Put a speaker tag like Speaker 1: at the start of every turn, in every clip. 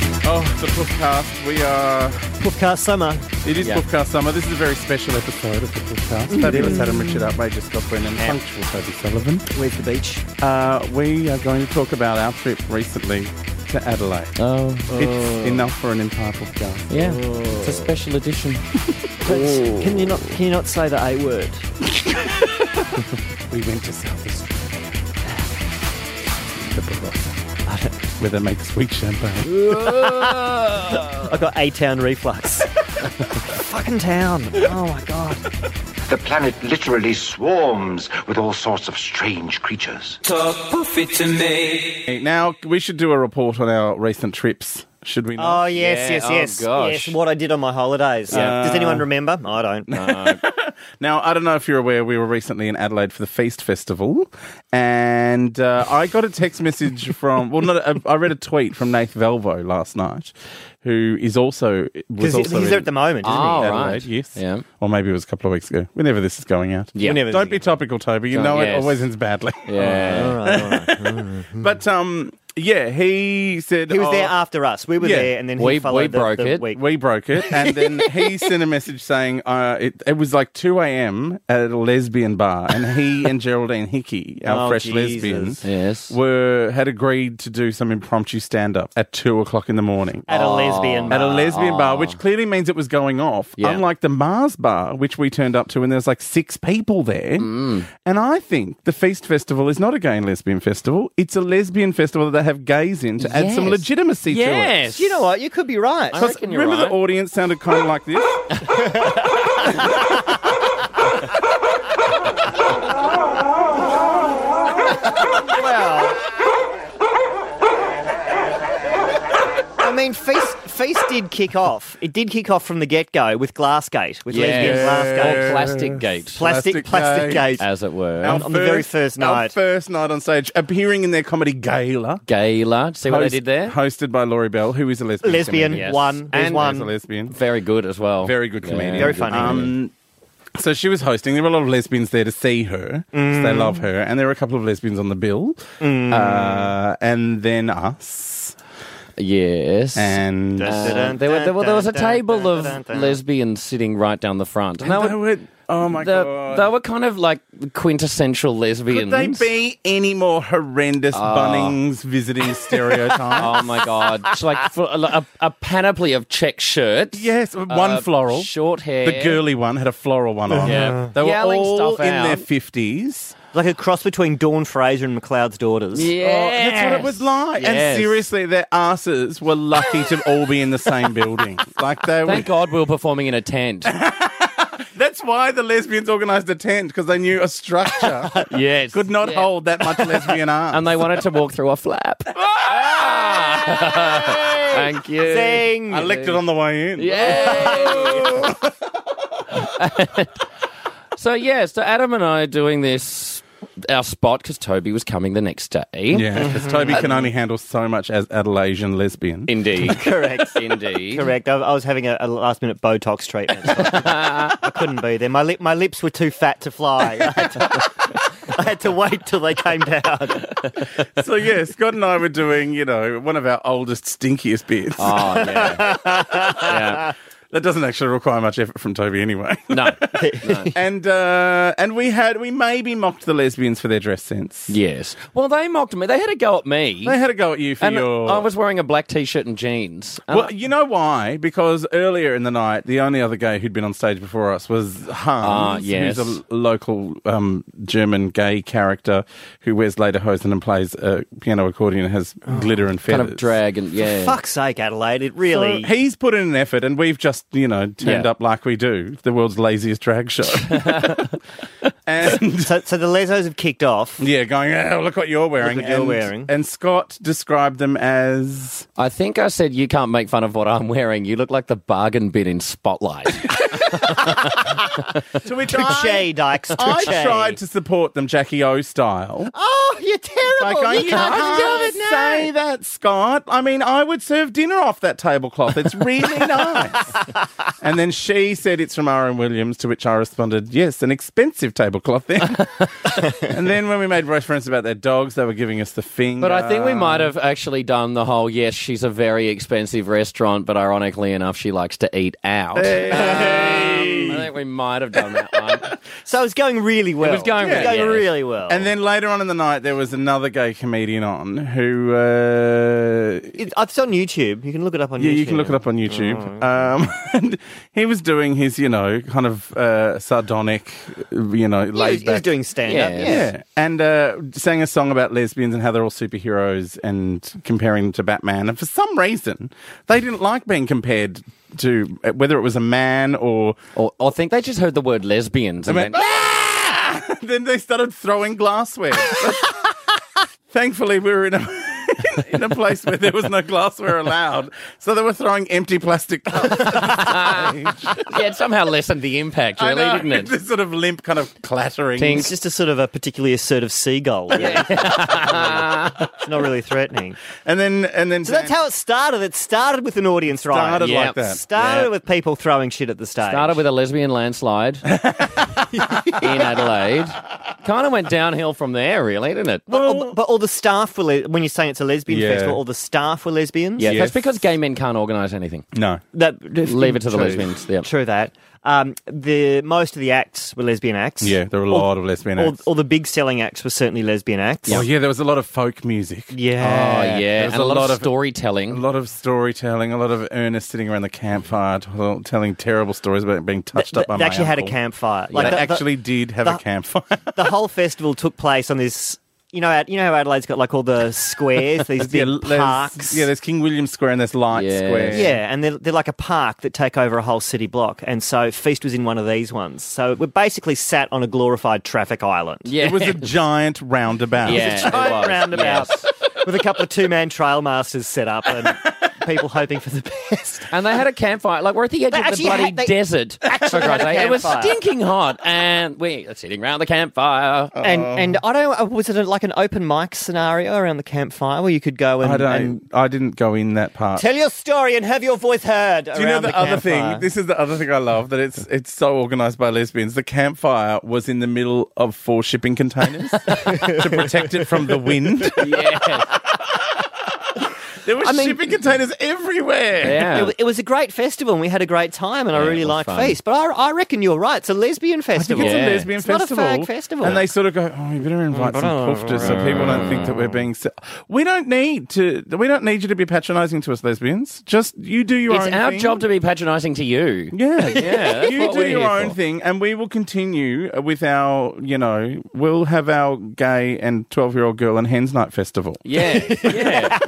Speaker 1: the Poofcast. We are.
Speaker 2: Puffcast summer.
Speaker 1: It is
Speaker 3: Yeah.
Speaker 1: Poofcast summer. This is a very special episode of the Poofcast. Fabulous Adam Richard Outrageous Scott Brennan, punctual Toby Sullivan.
Speaker 2: Where's the beach?
Speaker 1: Uh, we are going to talk about our trip recently to Adelaide.
Speaker 3: Oh,
Speaker 1: It's enough for an entire Poofcast.
Speaker 3: yeah. It's a special edition.
Speaker 2: That's- Can you not? Can you not say the A word?
Speaker 1: We went to South Australia. The Barossa. Where they make sweet champagne.
Speaker 2: I got A town reflux. Fucking town. Oh my god.
Speaker 4: The planet literally swarms with all sorts of strange creatures.
Speaker 5: Talk poofy to me.
Speaker 1: Now, we should do a report on our recent trips, should we not?
Speaker 2: Oh yes,
Speaker 3: Yeah,
Speaker 2: yes,
Speaker 3: oh,
Speaker 2: yes,
Speaker 3: gosh.
Speaker 2: yes. What I did on my holidays.
Speaker 3: Yeah.
Speaker 2: Does anyone remember? I don't.
Speaker 1: Now, I don't know if you're aware, we were recently in Adelaide for the Feast Festival, and uh, I got a text message from, well, not, a, I read a tweet from Nath Velvo last night, who is also, was
Speaker 2: Because he's
Speaker 1: also in Ah,
Speaker 2: there at the moment, isn't
Speaker 3: Oh,
Speaker 2: he?
Speaker 1: Adelaide,
Speaker 3: right.
Speaker 1: yes.
Speaker 3: Yeah.
Speaker 1: Or maybe it was a couple of weeks ago, whenever this is going out.
Speaker 3: Yeah.
Speaker 2: Whenever
Speaker 1: Don't be topical, Toby. You know it
Speaker 3: yes.
Speaker 1: always ends badly.
Speaker 3: Yeah.
Speaker 2: All right, all right.
Speaker 1: But um, yeah, he said
Speaker 2: He was
Speaker 1: "Oh,
Speaker 2: there after us. We were
Speaker 1: Yeah.
Speaker 2: there, and then he
Speaker 3: We- we
Speaker 2: followed the,
Speaker 3: broke
Speaker 2: the
Speaker 3: it.
Speaker 2: week.
Speaker 1: We broke it, and then he sent a message saying uh, it, it was like two a.m. at a lesbian bar, and he and Geraldine Hickey, our
Speaker 2: Oh,
Speaker 1: fresh
Speaker 2: Jesus.
Speaker 1: lesbians,
Speaker 3: Yes.
Speaker 1: were had agreed to do some impromptu stand up at two o'clock in the morning.
Speaker 2: At Oh. a lesbian
Speaker 1: at a
Speaker 2: bar.
Speaker 1: lesbian bar, which clearly means it was going off,
Speaker 3: Ah. Yeah.
Speaker 1: unlike the Mars bar, which we turned up to, and there was like six people there.
Speaker 3: Mm.
Speaker 1: And I think the Feast Festival is not a gay and lesbian festival; it's a lesbian festival that they have gays in to add some
Speaker 3: Yes.
Speaker 1: legitimacy to it.
Speaker 3: Yes.
Speaker 2: you know what? You could be right.
Speaker 3: I reckon you're
Speaker 1: Remember
Speaker 3: right.
Speaker 1: the audience sounded kind of like this?
Speaker 2: Well, I mean, Feast, Feast did kick off. It did kick off from the get go with Glassgate, with lesbian Glassgate.
Speaker 3: Or plastic gate,
Speaker 2: Plastic,
Speaker 1: Plastic
Speaker 2: plastic
Speaker 1: gate.
Speaker 2: gate.
Speaker 3: as it were.
Speaker 1: Our
Speaker 2: on the very first
Speaker 1: Our
Speaker 2: night.
Speaker 1: first night on stage, appearing in their comedy gala.
Speaker 3: Gala. See what I
Speaker 1: host-
Speaker 3: did there?
Speaker 1: Hosted by Laurie Bell, who is a lesbian.
Speaker 2: Lesbian,
Speaker 1: comedian.
Speaker 3: Yes.
Speaker 2: one. There's
Speaker 3: And-
Speaker 1: Is a
Speaker 2: one.
Speaker 1: lesbian.
Speaker 3: Very good as well.
Speaker 1: Very good comedian.
Speaker 2: Very funny.
Speaker 1: Um, so she was hosting. There were a lot of lesbians there to see her. 'cause
Speaker 2: Mm.
Speaker 1: They love her. And there were a couple of lesbians on the bill. Uh, and then us.
Speaker 3: Yes.
Speaker 1: And
Speaker 2: That's-
Speaker 3: Uh, there, were, there, were- there was a table of lesbians sitting right down the front. And they
Speaker 1: they
Speaker 3: were,
Speaker 1: were, oh my
Speaker 3: they-
Speaker 1: God.
Speaker 3: they were kind of like quintessential
Speaker 1: Could
Speaker 3: lesbians.
Speaker 1: they be any more horrendous
Speaker 3: Ah.
Speaker 1: Bunnings visiting stereotype?
Speaker 3: Oh my god! It's like for, a, a, a panoply of check shirts.
Speaker 1: Yes, one
Speaker 3: uh,
Speaker 1: floral.
Speaker 3: short hair.
Speaker 1: The girly one had a floral one on.
Speaker 3: Yeah.
Speaker 1: They were
Speaker 3: Yelling
Speaker 1: all
Speaker 3: stuff
Speaker 1: in
Speaker 3: out.
Speaker 1: their 50s.
Speaker 2: Like a cross between Dawn Fraser and McLeod's daughters.
Speaker 3: Yeah,
Speaker 1: Oh, That's what it was like. And
Speaker 3: Yes.
Speaker 1: seriously, their asses were lucky to all be in the same building. Like they were.
Speaker 3: Thank God we were performing in a tent.
Speaker 1: That's why the lesbians organised a tent because they knew a structure
Speaker 3: yes,
Speaker 1: could not
Speaker 3: Yeah.
Speaker 1: hold that much lesbian ass.
Speaker 3: and they wanted to walk through a flap. Ah! Thank you.
Speaker 2: Zing!
Speaker 1: I licked it on the way in.
Speaker 3: Yay! so yeah, so Adam and I are doing this our spot because Toby was coming the next day.
Speaker 1: Yeah, because Toby can only handle so much as Adelaidean lesbian.
Speaker 3: Indeed.
Speaker 2: Correct.
Speaker 3: Indeed.
Speaker 2: Correct. I, I was having a, a last minute Botox treatment. So I, couldn't, I couldn't be there. My lip, my lips were too fat to fly. I had to, I had to wait till they came down.
Speaker 1: so yeah, Scott and I were doing, you know, one of our oldest, stinkiest bits.
Speaker 3: Oh yeah. yeah.
Speaker 1: That doesn't actually require much effort from Toby anyway.
Speaker 3: No.
Speaker 1: and uh, and we had we maybe mocked the lesbians for their dress sense.
Speaker 3: Yes. Well, they mocked me. They had a go at me.
Speaker 1: They had a go at you for
Speaker 3: and
Speaker 1: your.
Speaker 3: I was wearing a black t-shirt and jeans. And
Speaker 1: well, you know why? Because earlier in the night, the only other gay who'd been on stage before us was Hans,
Speaker 3: Ah, yes.
Speaker 1: who's a local um, German gay character who wears lederhosen and plays a piano accordion and has glitter and feathers.
Speaker 3: Oh, kind of drag and yeah.
Speaker 2: Fuck's sake, Adelaide! It really.
Speaker 1: He's put in an effort, and we've just, you know, turned
Speaker 3: Yeah.
Speaker 1: up like we do, the world's laziest drag show. and
Speaker 2: So, so the lesos have kicked off.
Speaker 1: yeah, going, oh, look what you're wearing.
Speaker 2: what you're
Speaker 1: and,
Speaker 2: wearing.
Speaker 1: And Scott described them as.
Speaker 3: I think I said you can't make fun of what I'm wearing. You look like the bargain bin in Spotlight.
Speaker 1: To which
Speaker 2: Touche, Dykes.
Speaker 1: I
Speaker 2: touche.
Speaker 1: tried to support them Jackie O style.
Speaker 2: Oh, you're terrible!
Speaker 1: Like, I-
Speaker 2: you can't
Speaker 1: I-
Speaker 2: do it
Speaker 1: say that, Scott. I mean, I would serve dinner off that tablecloth. It's really nice. And then she said it's from Aaron Williams, to which I responded, yes, an expensive tablecloth then. and then when we made reference about their dogs, they were giving us the finger.
Speaker 3: But I think we might have actually done the whole yes, she's a very expensive restaurant, but ironically enough, she likes to eat out.
Speaker 1: Hey.
Speaker 3: I think we might have done that one.
Speaker 2: So it was going really well.
Speaker 3: was going
Speaker 2: It was
Speaker 3: really-
Speaker 2: going
Speaker 3: yeah.
Speaker 2: really well.
Speaker 1: And then later on in the night, there was another gay comedian on who. Uh,
Speaker 2: It- it's on YouTube. You can look it up on
Speaker 1: yeah,
Speaker 2: YouTube.
Speaker 1: you can look it up on YouTube. Um, and he was doing his, you know, kind of uh, sardonic, you know,
Speaker 2: He was,
Speaker 1: laid
Speaker 2: he was
Speaker 1: back.
Speaker 2: doing stand up.
Speaker 3: Yeah.
Speaker 2: Yeah.
Speaker 1: Yeah, and uh, sang a song about lesbians and how they're all superheroes and comparing them to Batman. And for some reason, they didn't like being compared to uh, whether it was a man or.
Speaker 3: Or, or think they just heard the word lesbians and
Speaker 1: I mean,
Speaker 3: then
Speaker 1: "Ah!" then they started throwing glassware. Thankfully, we were in a. In a place where there was no glassware allowed, so they were throwing empty plastic cups. at the stage.
Speaker 3: yeah, it somehow lessened the impact,
Speaker 1: I
Speaker 3: really,
Speaker 1: know,
Speaker 3: didn't it?
Speaker 1: This sort of limp, kind of clattering.
Speaker 3: Ting.
Speaker 2: It's just a sort of a particularly assertive seagull. it's not really threatening.
Speaker 1: and then and then
Speaker 2: So that's how it started. It started with an audience riot.
Speaker 1: started
Speaker 3: Yeah.
Speaker 1: like that.
Speaker 2: Started
Speaker 1: Yeah.
Speaker 2: with people throwing shit at the stage.
Speaker 3: Started with a lesbian landslide in Adelaide. Kind of went downhill from there, really, didn't it?
Speaker 2: But all, but all the staff were le- when you're saying it's a lesbian
Speaker 1: Yeah.
Speaker 2: festival, all the staff were lesbians.
Speaker 3: yeah,
Speaker 1: Yes.
Speaker 3: that's because gay men can't organise anything.
Speaker 1: no.
Speaker 2: that
Speaker 3: Leave it to the
Speaker 2: true.
Speaker 3: lesbians, yeah.
Speaker 2: True that. Um, the most of the acts were lesbian acts.
Speaker 1: Yeah, there were a
Speaker 2: All-
Speaker 1: lot of lesbian
Speaker 2: All,
Speaker 1: acts.
Speaker 2: all the big selling acts were certainly lesbian acts.
Speaker 1: Oh yeah, there was a lot of folk music.
Speaker 3: Oh
Speaker 2: Yeah.
Speaker 3: yeah,
Speaker 1: There's
Speaker 3: and a lot, of
Speaker 1: A
Speaker 3: storytelling.
Speaker 1: lot of storytelling, a lot of Ernest sitting around the campfire t- telling terrible stories about being touched
Speaker 2: They,
Speaker 1: up by
Speaker 2: they
Speaker 1: my
Speaker 2: actually had a
Speaker 1: uncle.
Speaker 2: campfire.
Speaker 1: they
Speaker 2: the- the-
Speaker 1: actually did have a
Speaker 2: the-
Speaker 1: campfire.
Speaker 2: the whole festival took place on this. You know, you know how Adelaide's got like all the squares, these big
Speaker 1: there's-
Speaker 2: parks.
Speaker 1: Yeah, there's King William Square and there's Light
Speaker 3: Yeah.
Speaker 1: Square.
Speaker 2: Yeah, and they're, they're like a park that take over a whole city block. And so Feast was in one of these ones. So we're basically sat on a glorified traffic island.
Speaker 3: Yeah,
Speaker 1: It was a giant roundabout.
Speaker 3: yeah, it
Speaker 2: Giant
Speaker 3: was,
Speaker 2: roundabout
Speaker 3: yes.
Speaker 2: with a couple of two man trail masters set up and people hoping for the best.
Speaker 3: And they had a campfire. Like we're at the edge
Speaker 2: They
Speaker 3: of the
Speaker 2: actually
Speaker 3: bloody
Speaker 2: had- they
Speaker 3: desert. For
Speaker 2: had
Speaker 3: Christ's
Speaker 2: a
Speaker 3: sake. It was
Speaker 2: campfire.
Speaker 3: stinking hot, and we are sitting around the campfire.
Speaker 2: And and I don't uh, was it a, like an open mic scenario around the campfire where you could go and,
Speaker 1: I don't.
Speaker 2: and
Speaker 1: I didn't go in that part.
Speaker 2: tell your story and have your voice heard.
Speaker 1: Do you know
Speaker 2: around
Speaker 1: the, other
Speaker 2: campfire?
Speaker 1: thing? This is the other thing I love that it's it's so organised by lesbians. The campfire was in the middle of four shipping containers to protect it from the wind.
Speaker 3: yeah,
Speaker 1: There were shipping containers everywhere.
Speaker 2: It,
Speaker 3: yeah.
Speaker 2: wa- it was a great festival and we had a great time and I
Speaker 3: Yeah, it
Speaker 2: really
Speaker 3: was
Speaker 2: liked
Speaker 3: fun.
Speaker 2: Feast. But I, I reckon you're right. It's a lesbian
Speaker 1: I think
Speaker 2: festival.
Speaker 1: it's
Speaker 3: Yeah.
Speaker 1: a lesbian
Speaker 2: It's not a
Speaker 1: festival.
Speaker 2: fag festival.
Speaker 1: And they sort of go, oh, we better invite some poofters so people don't think that we're being. Se- we don't need to. We don't need you to be patronising to us, lesbians. Just you do your
Speaker 3: It's
Speaker 1: own.
Speaker 3: our
Speaker 1: thing.
Speaker 3: job to be patronising to you.
Speaker 1: Yeah,
Speaker 3: that's
Speaker 1: you
Speaker 3: what
Speaker 1: do
Speaker 3: we're
Speaker 1: your
Speaker 3: here
Speaker 1: own
Speaker 3: for.
Speaker 1: thing, and we will continue with our. You know, we'll have our gay and twelve-year-old girl and hens night festival.
Speaker 3: Yeah, yeah.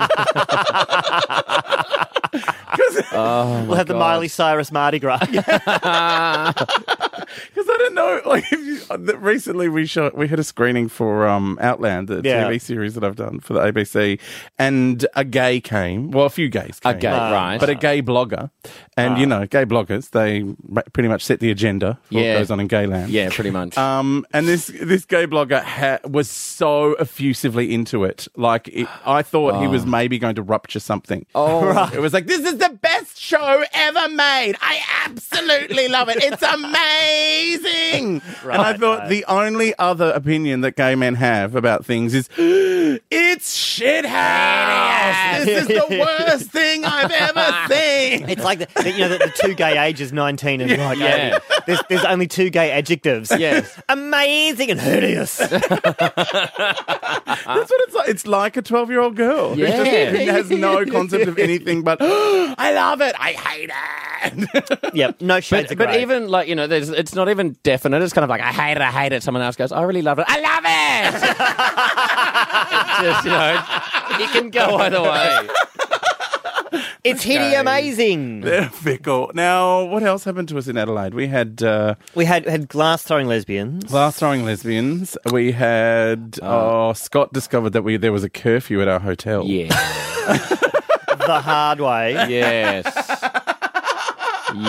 Speaker 1: Oh
Speaker 2: we'll have the Miley Cyrus Mardi Gras.
Speaker 1: Because I don't know. Like if you, uh, that recently, we shot we had a screening for um, Outland, the
Speaker 2: Yeah.
Speaker 1: TV series that I've done for the ABC, and a gay came. Well, a few gays. Came,
Speaker 3: A gay, right.
Speaker 1: But a gay blogger, and you know, gay bloggers they ma- pretty much set the agenda for
Speaker 3: Yeah.
Speaker 1: what goes on in gay land.
Speaker 3: yeah, pretty much.
Speaker 1: Um, and this this gay blogger ha- was so effusively into it, like it, I thought he was maybe going to rupture something. Oh, it was like this is the best show ever made. I absolutely love it. It's amazing. and I thought the only other opinion that gay men have about things is it's shit house. This is the worst thing I've ever seen.
Speaker 2: It's like the, the- you know the, the two gay ages, nineteen and like
Speaker 3: Yeah.
Speaker 2: 80. There's, there's only two gay adjectives.
Speaker 3: Yes.
Speaker 2: amazing and hideous.
Speaker 1: That's what it's like. It's like a 12 year old girl. who
Speaker 3: Yeah.
Speaker 1: just has no concept of anything but, I love it. I hate it.
Speaker 2: yep, no shades
Speaker 3: but,
Speaker 2: of
Speaker 3: but
Speaker 2: grey.
Speaker 3: even like you know, there's, it's not even definite. It's kind of like I hate it, I hate it. Someone else goes, I really love it, I love it. Just you know, it can go either way.
Speaker 2: it's hideous, amazing.
Speaker 1: They're fickle. Now, what else happened to us in Adelaide? We had uh,
Speaker 2: We had had glass throwing lesbians.
Speaker 1: glass throwing lesbians. We had, oh, Scott discovered that we there was a curfew at our hotel.
Speaker 3: Yeah.
Speaker 2: the hard way.
Speaker 3: Yes.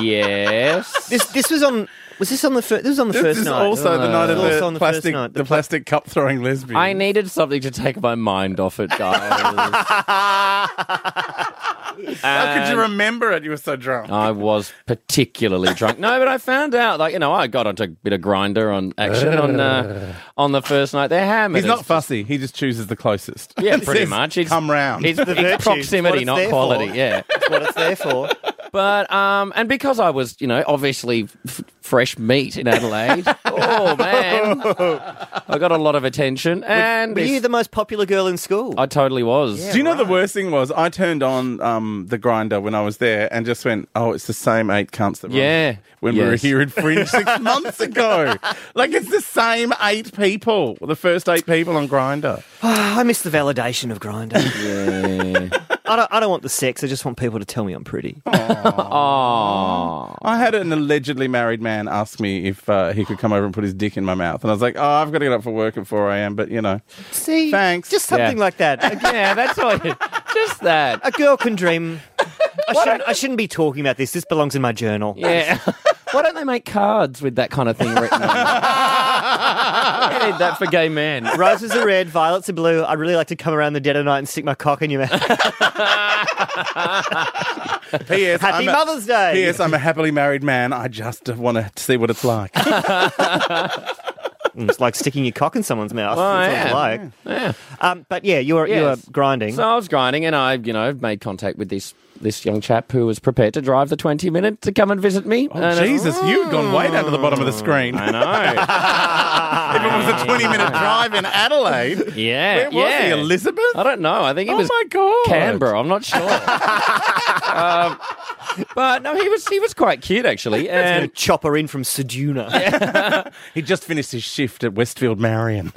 Speaker 3: Yes.
Speaker 2: This this was on Was this on the first? This was on the
Speaker 1: This
Speaker 2: first
Speaker 1: is
Speaker 2: night.
Speaker 1: also the
Speaker 3: Uh,
Speaker 1: night of
Speaker 2: also
Speaker 1: the,
Speaker 2: on the first
Speaker 1: plastic,
Speaker 2: night,
Speaker 1: the,
Speaker 2: the pla-
Speaker 1: plastic cup throwing lesbian.
Speaker 3: I needed something to take my mind off it, guys.
Speaker 1: How could you remember it? You were so drunk.
Speaker 3: I was particularly drunk. No, but I found out, like you know, I got onto a bit of grinder on action on uh, on the first night. They're hammered.
Speaker 1: He's not
Speaker 3: It's-
Speaker 1: fussy. He just chooses the closest.
Speaker 3: Yeah,
Speaker 1: He
Speaker 3: pretty
Speaker 1: says,
Speaker 3: much. It's-
Speaker 1: Come round.
Speaker 3: It's,
Speaker 2: the
Speaker 3: it's
Speaker 2: virtues. What
Speaker 3: proximity,
Speaker 2: it's
Speaker 3: not
Speaker 2: there
Speaker 3: quality.
Speaker 2: for.
Speaker 3: Yeah.
Speaker 2: That's what it's there for.
Speaker 3: But um, and because I was, you know, obviously f- fresh meat in Adelaide. oh man, I got a lot of attention, and
Speaker 2: Were you the most popular girl in school?
Speaker 3: I totally was.
Speaker 1: Do you know the worst thing was? I turned on um, the grinder when I was there and just went, "Oh, it's the same eight cunts that were on
Speaker 3: Yeah.
Speaker 1: when we were
Speaker 3: Yes.
Speaker 1: here in Fringe six months ago. Like it's the same eight people, the first eight people on grinder.
Speaker 2: Ah, I miss the validation of grinder.
Speaker 3: Yeah.
Speaker 2: I don't. I don't want the sex. I just want people to tell me I'm pretty. Oh.
Speaker 3: Aw.
Speaker 1: I had an allegedly married man ask me if uh, he could come over and put his dick in my mouth, and I was like, "Oh, I've got to get up for work at four a.m." But you know,
Speaker 2: See,
Speaker 1: Thanks.
Speaker 2: Just something
Speaker 3: Yeah.
Speaker 2: like that. A,
Speaker 3: yeah, that's all. you- Just that.
Speaker 2: a girl can dream. I shouldn't, I shouldn't be talking about this. This belongs in my journal.
Speaker 3: Yeah. Why don't they make cards with that kind of thing written on them? I need that for gay men.
Speaker 2: Roses are red, violets are blue. I'd really like to come around the dead of night and stick my cock in your mouth.
Speaker 1: P.S.
Speaker 2: Happy
Speaker 1: I'm a-
Speaker 2: Mother's Day.
Speaker 1: P.S. I'm a happily married man. I just want to see what it's like.
Speaker 2: Mm, It's like sticking your cock in someone's mouth.
Speaker 3: Well,
Speaker 2: That's what it's like.
Speaker 3: yeah. Yeah.
Speaker 2: Um, but yeah, you were you were
Speaker 3: Yes.
Speaker 2: grinding.
Speaker 3: So I was grinding, and I, you know, made contact with this this young chap who was prepared to drive the twenty minute to come and visit me. And-
Speaker 1: Oh, Jesus, you've gone way down to the bottom of the screen.
Speaker 3: I know.
Speaker 1: If it was a 20 minute drive in Adelaide,
Speaker 3: Yeah.
Speaker 1: where was
Speaker 3: yeah.
Speaker 1: he, Elizabeth?
Speaker 3: I don't know. I think he
Speaker 1: oh
Speaker 3: was
Speaker 1: my god,
Speaker 3: Canberra. I'm not sure. um, but no, he was he was quite cute actually,
Speaker 2: and
Speaker 3: and
Speaker 2: chop her in from Seduna.
Speaker 1: He just finished his shift at Westfield Marion.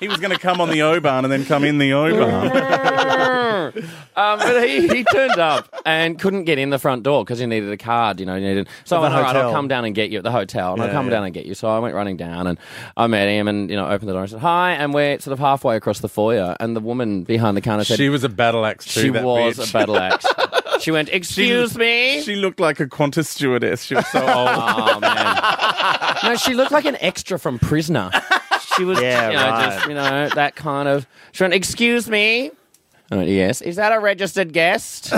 Speaker 1: he was going to come on the O barn and then come in the O barn.
Speaker 3: um, but he, he turned up and couldn't get in the front door because he needed a card. You know, he needed. So I went, all right, I'll
Speaker 2: hotel.
Speaker 3: come down and get you at the hotel, and I'll
Speaker 2: Yeah,
Speaker 3: come
Speaker 2: yeah.
Speaker 3: down and get you. So I went running down and I met him, and you know, opened the door and said hi, and we're sort of halfway across the foyer, and the woman behind the counter said
Speaker 1: she was a battle axe. Too,
Speaker 3: she
Speaker 1: that
Speaker 3: was
Speaker 1: bitch.
Speaker 3: a battle axe. she went, excuse me.
Speaker 1: She looked like a Qantas stewardess. She was so old.
Speaker 3: oh man. No, she looked like an extra from Prisoner. She was,
Speaker 2: Yeah,
Speaker 3: you know,
Speaker 2: right.
Speaker 3: just, you know, that kind of. She went, "Excuse me." I went, yes. Is that a registered guest?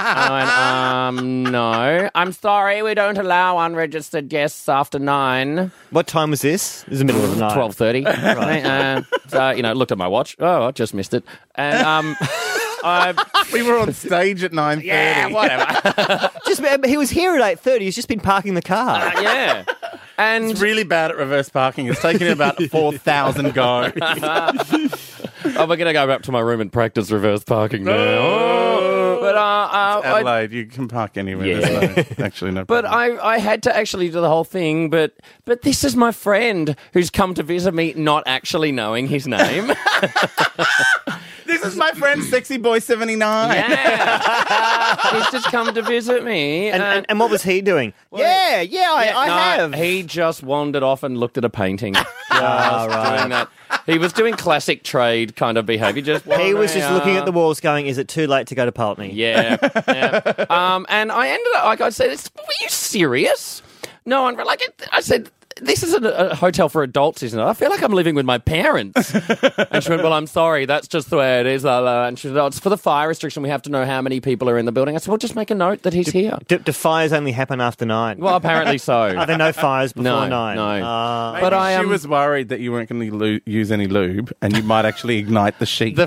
Speaker 3: I went, um, no. I'm sorry, we don't allow unregistered guests after nine.
Speaker 2: What time was this? It was the middle of the night.
Speaker 3: Twelve thirty. Right. Uh, so you know, looked at my watch. Oh, I just missed it. And um, I
Speaker 1: we were on stage at nine thirty.
Speaker 3: yeah, whatever.
Speaker 2: Just he was here at eight thirty. He's just been parking the
Speaker 3: Ah,
Speaker 2: car.
Speaker 3: yeah. And
Speaker 1: Really bad at reverse parking. It's taken about four thousand go.
Speaker 3: oh, we're gonna go back to my room and practice reverse parking now. Oh. But uh, uh, I-
Speaker 1: Adelaide, you can park anywhere.
Speaker 3: Yeah.
Speaker 1: there's no- actually, no.
Speaker 3: But
Speaker 1: problem.
Speaker 3: I, I had to actually do the whole thing. But but this is my friend who's come to visit me, not actually knowing his name.
Speaker 1: This is my friend, Sexy Boy Seventy Nine.
Speaker 3: yeah, he's just come to visit me.
Speaker 2: And, and, and what was he doing? yeah, yeah, I, I
Speaker 3: no,
Speaker 2: have.
Speaker 3: He Ah, just wandered off and looked at a painting. Just
Speaker 2: right.
Speaker 3: doing that. He was doing classic trade kind of behaviour. Just
Speaker 2: He was just looking
Speaker 3: the.
Speaker 2: at the walls, going, "Is it too late to go to Pulteney?"
Speaker 3: Yeah. yeah. Um, and I ended up, like I said, it's, were you serious? No, one like it, I said, this isn't a, a hotel for adults, isn't it? I feel like I'm living with my parents. and she went, well, I'm sorry, that's just the way it is. la, la." And she said, oh, it's for the fire restriction. We have to know how many people are in the building. I said, well, just make a note that he's here.
Speaker 2: Do, do fires only happen after nine?
Speaker 3: Well, apparently so.
Speaker 2: are there no fires before
Speaker 3: No,
Speaker 2: nine?
Speaker 3: no.
Speaker 2: Uh,
Speaker 3: but I
Speaker 1: she
Speaker 3: um,
Speaker 1: was worried that you weren't going to lu- use any lube, and you might actually ignite the sheet.
Speaker 3: the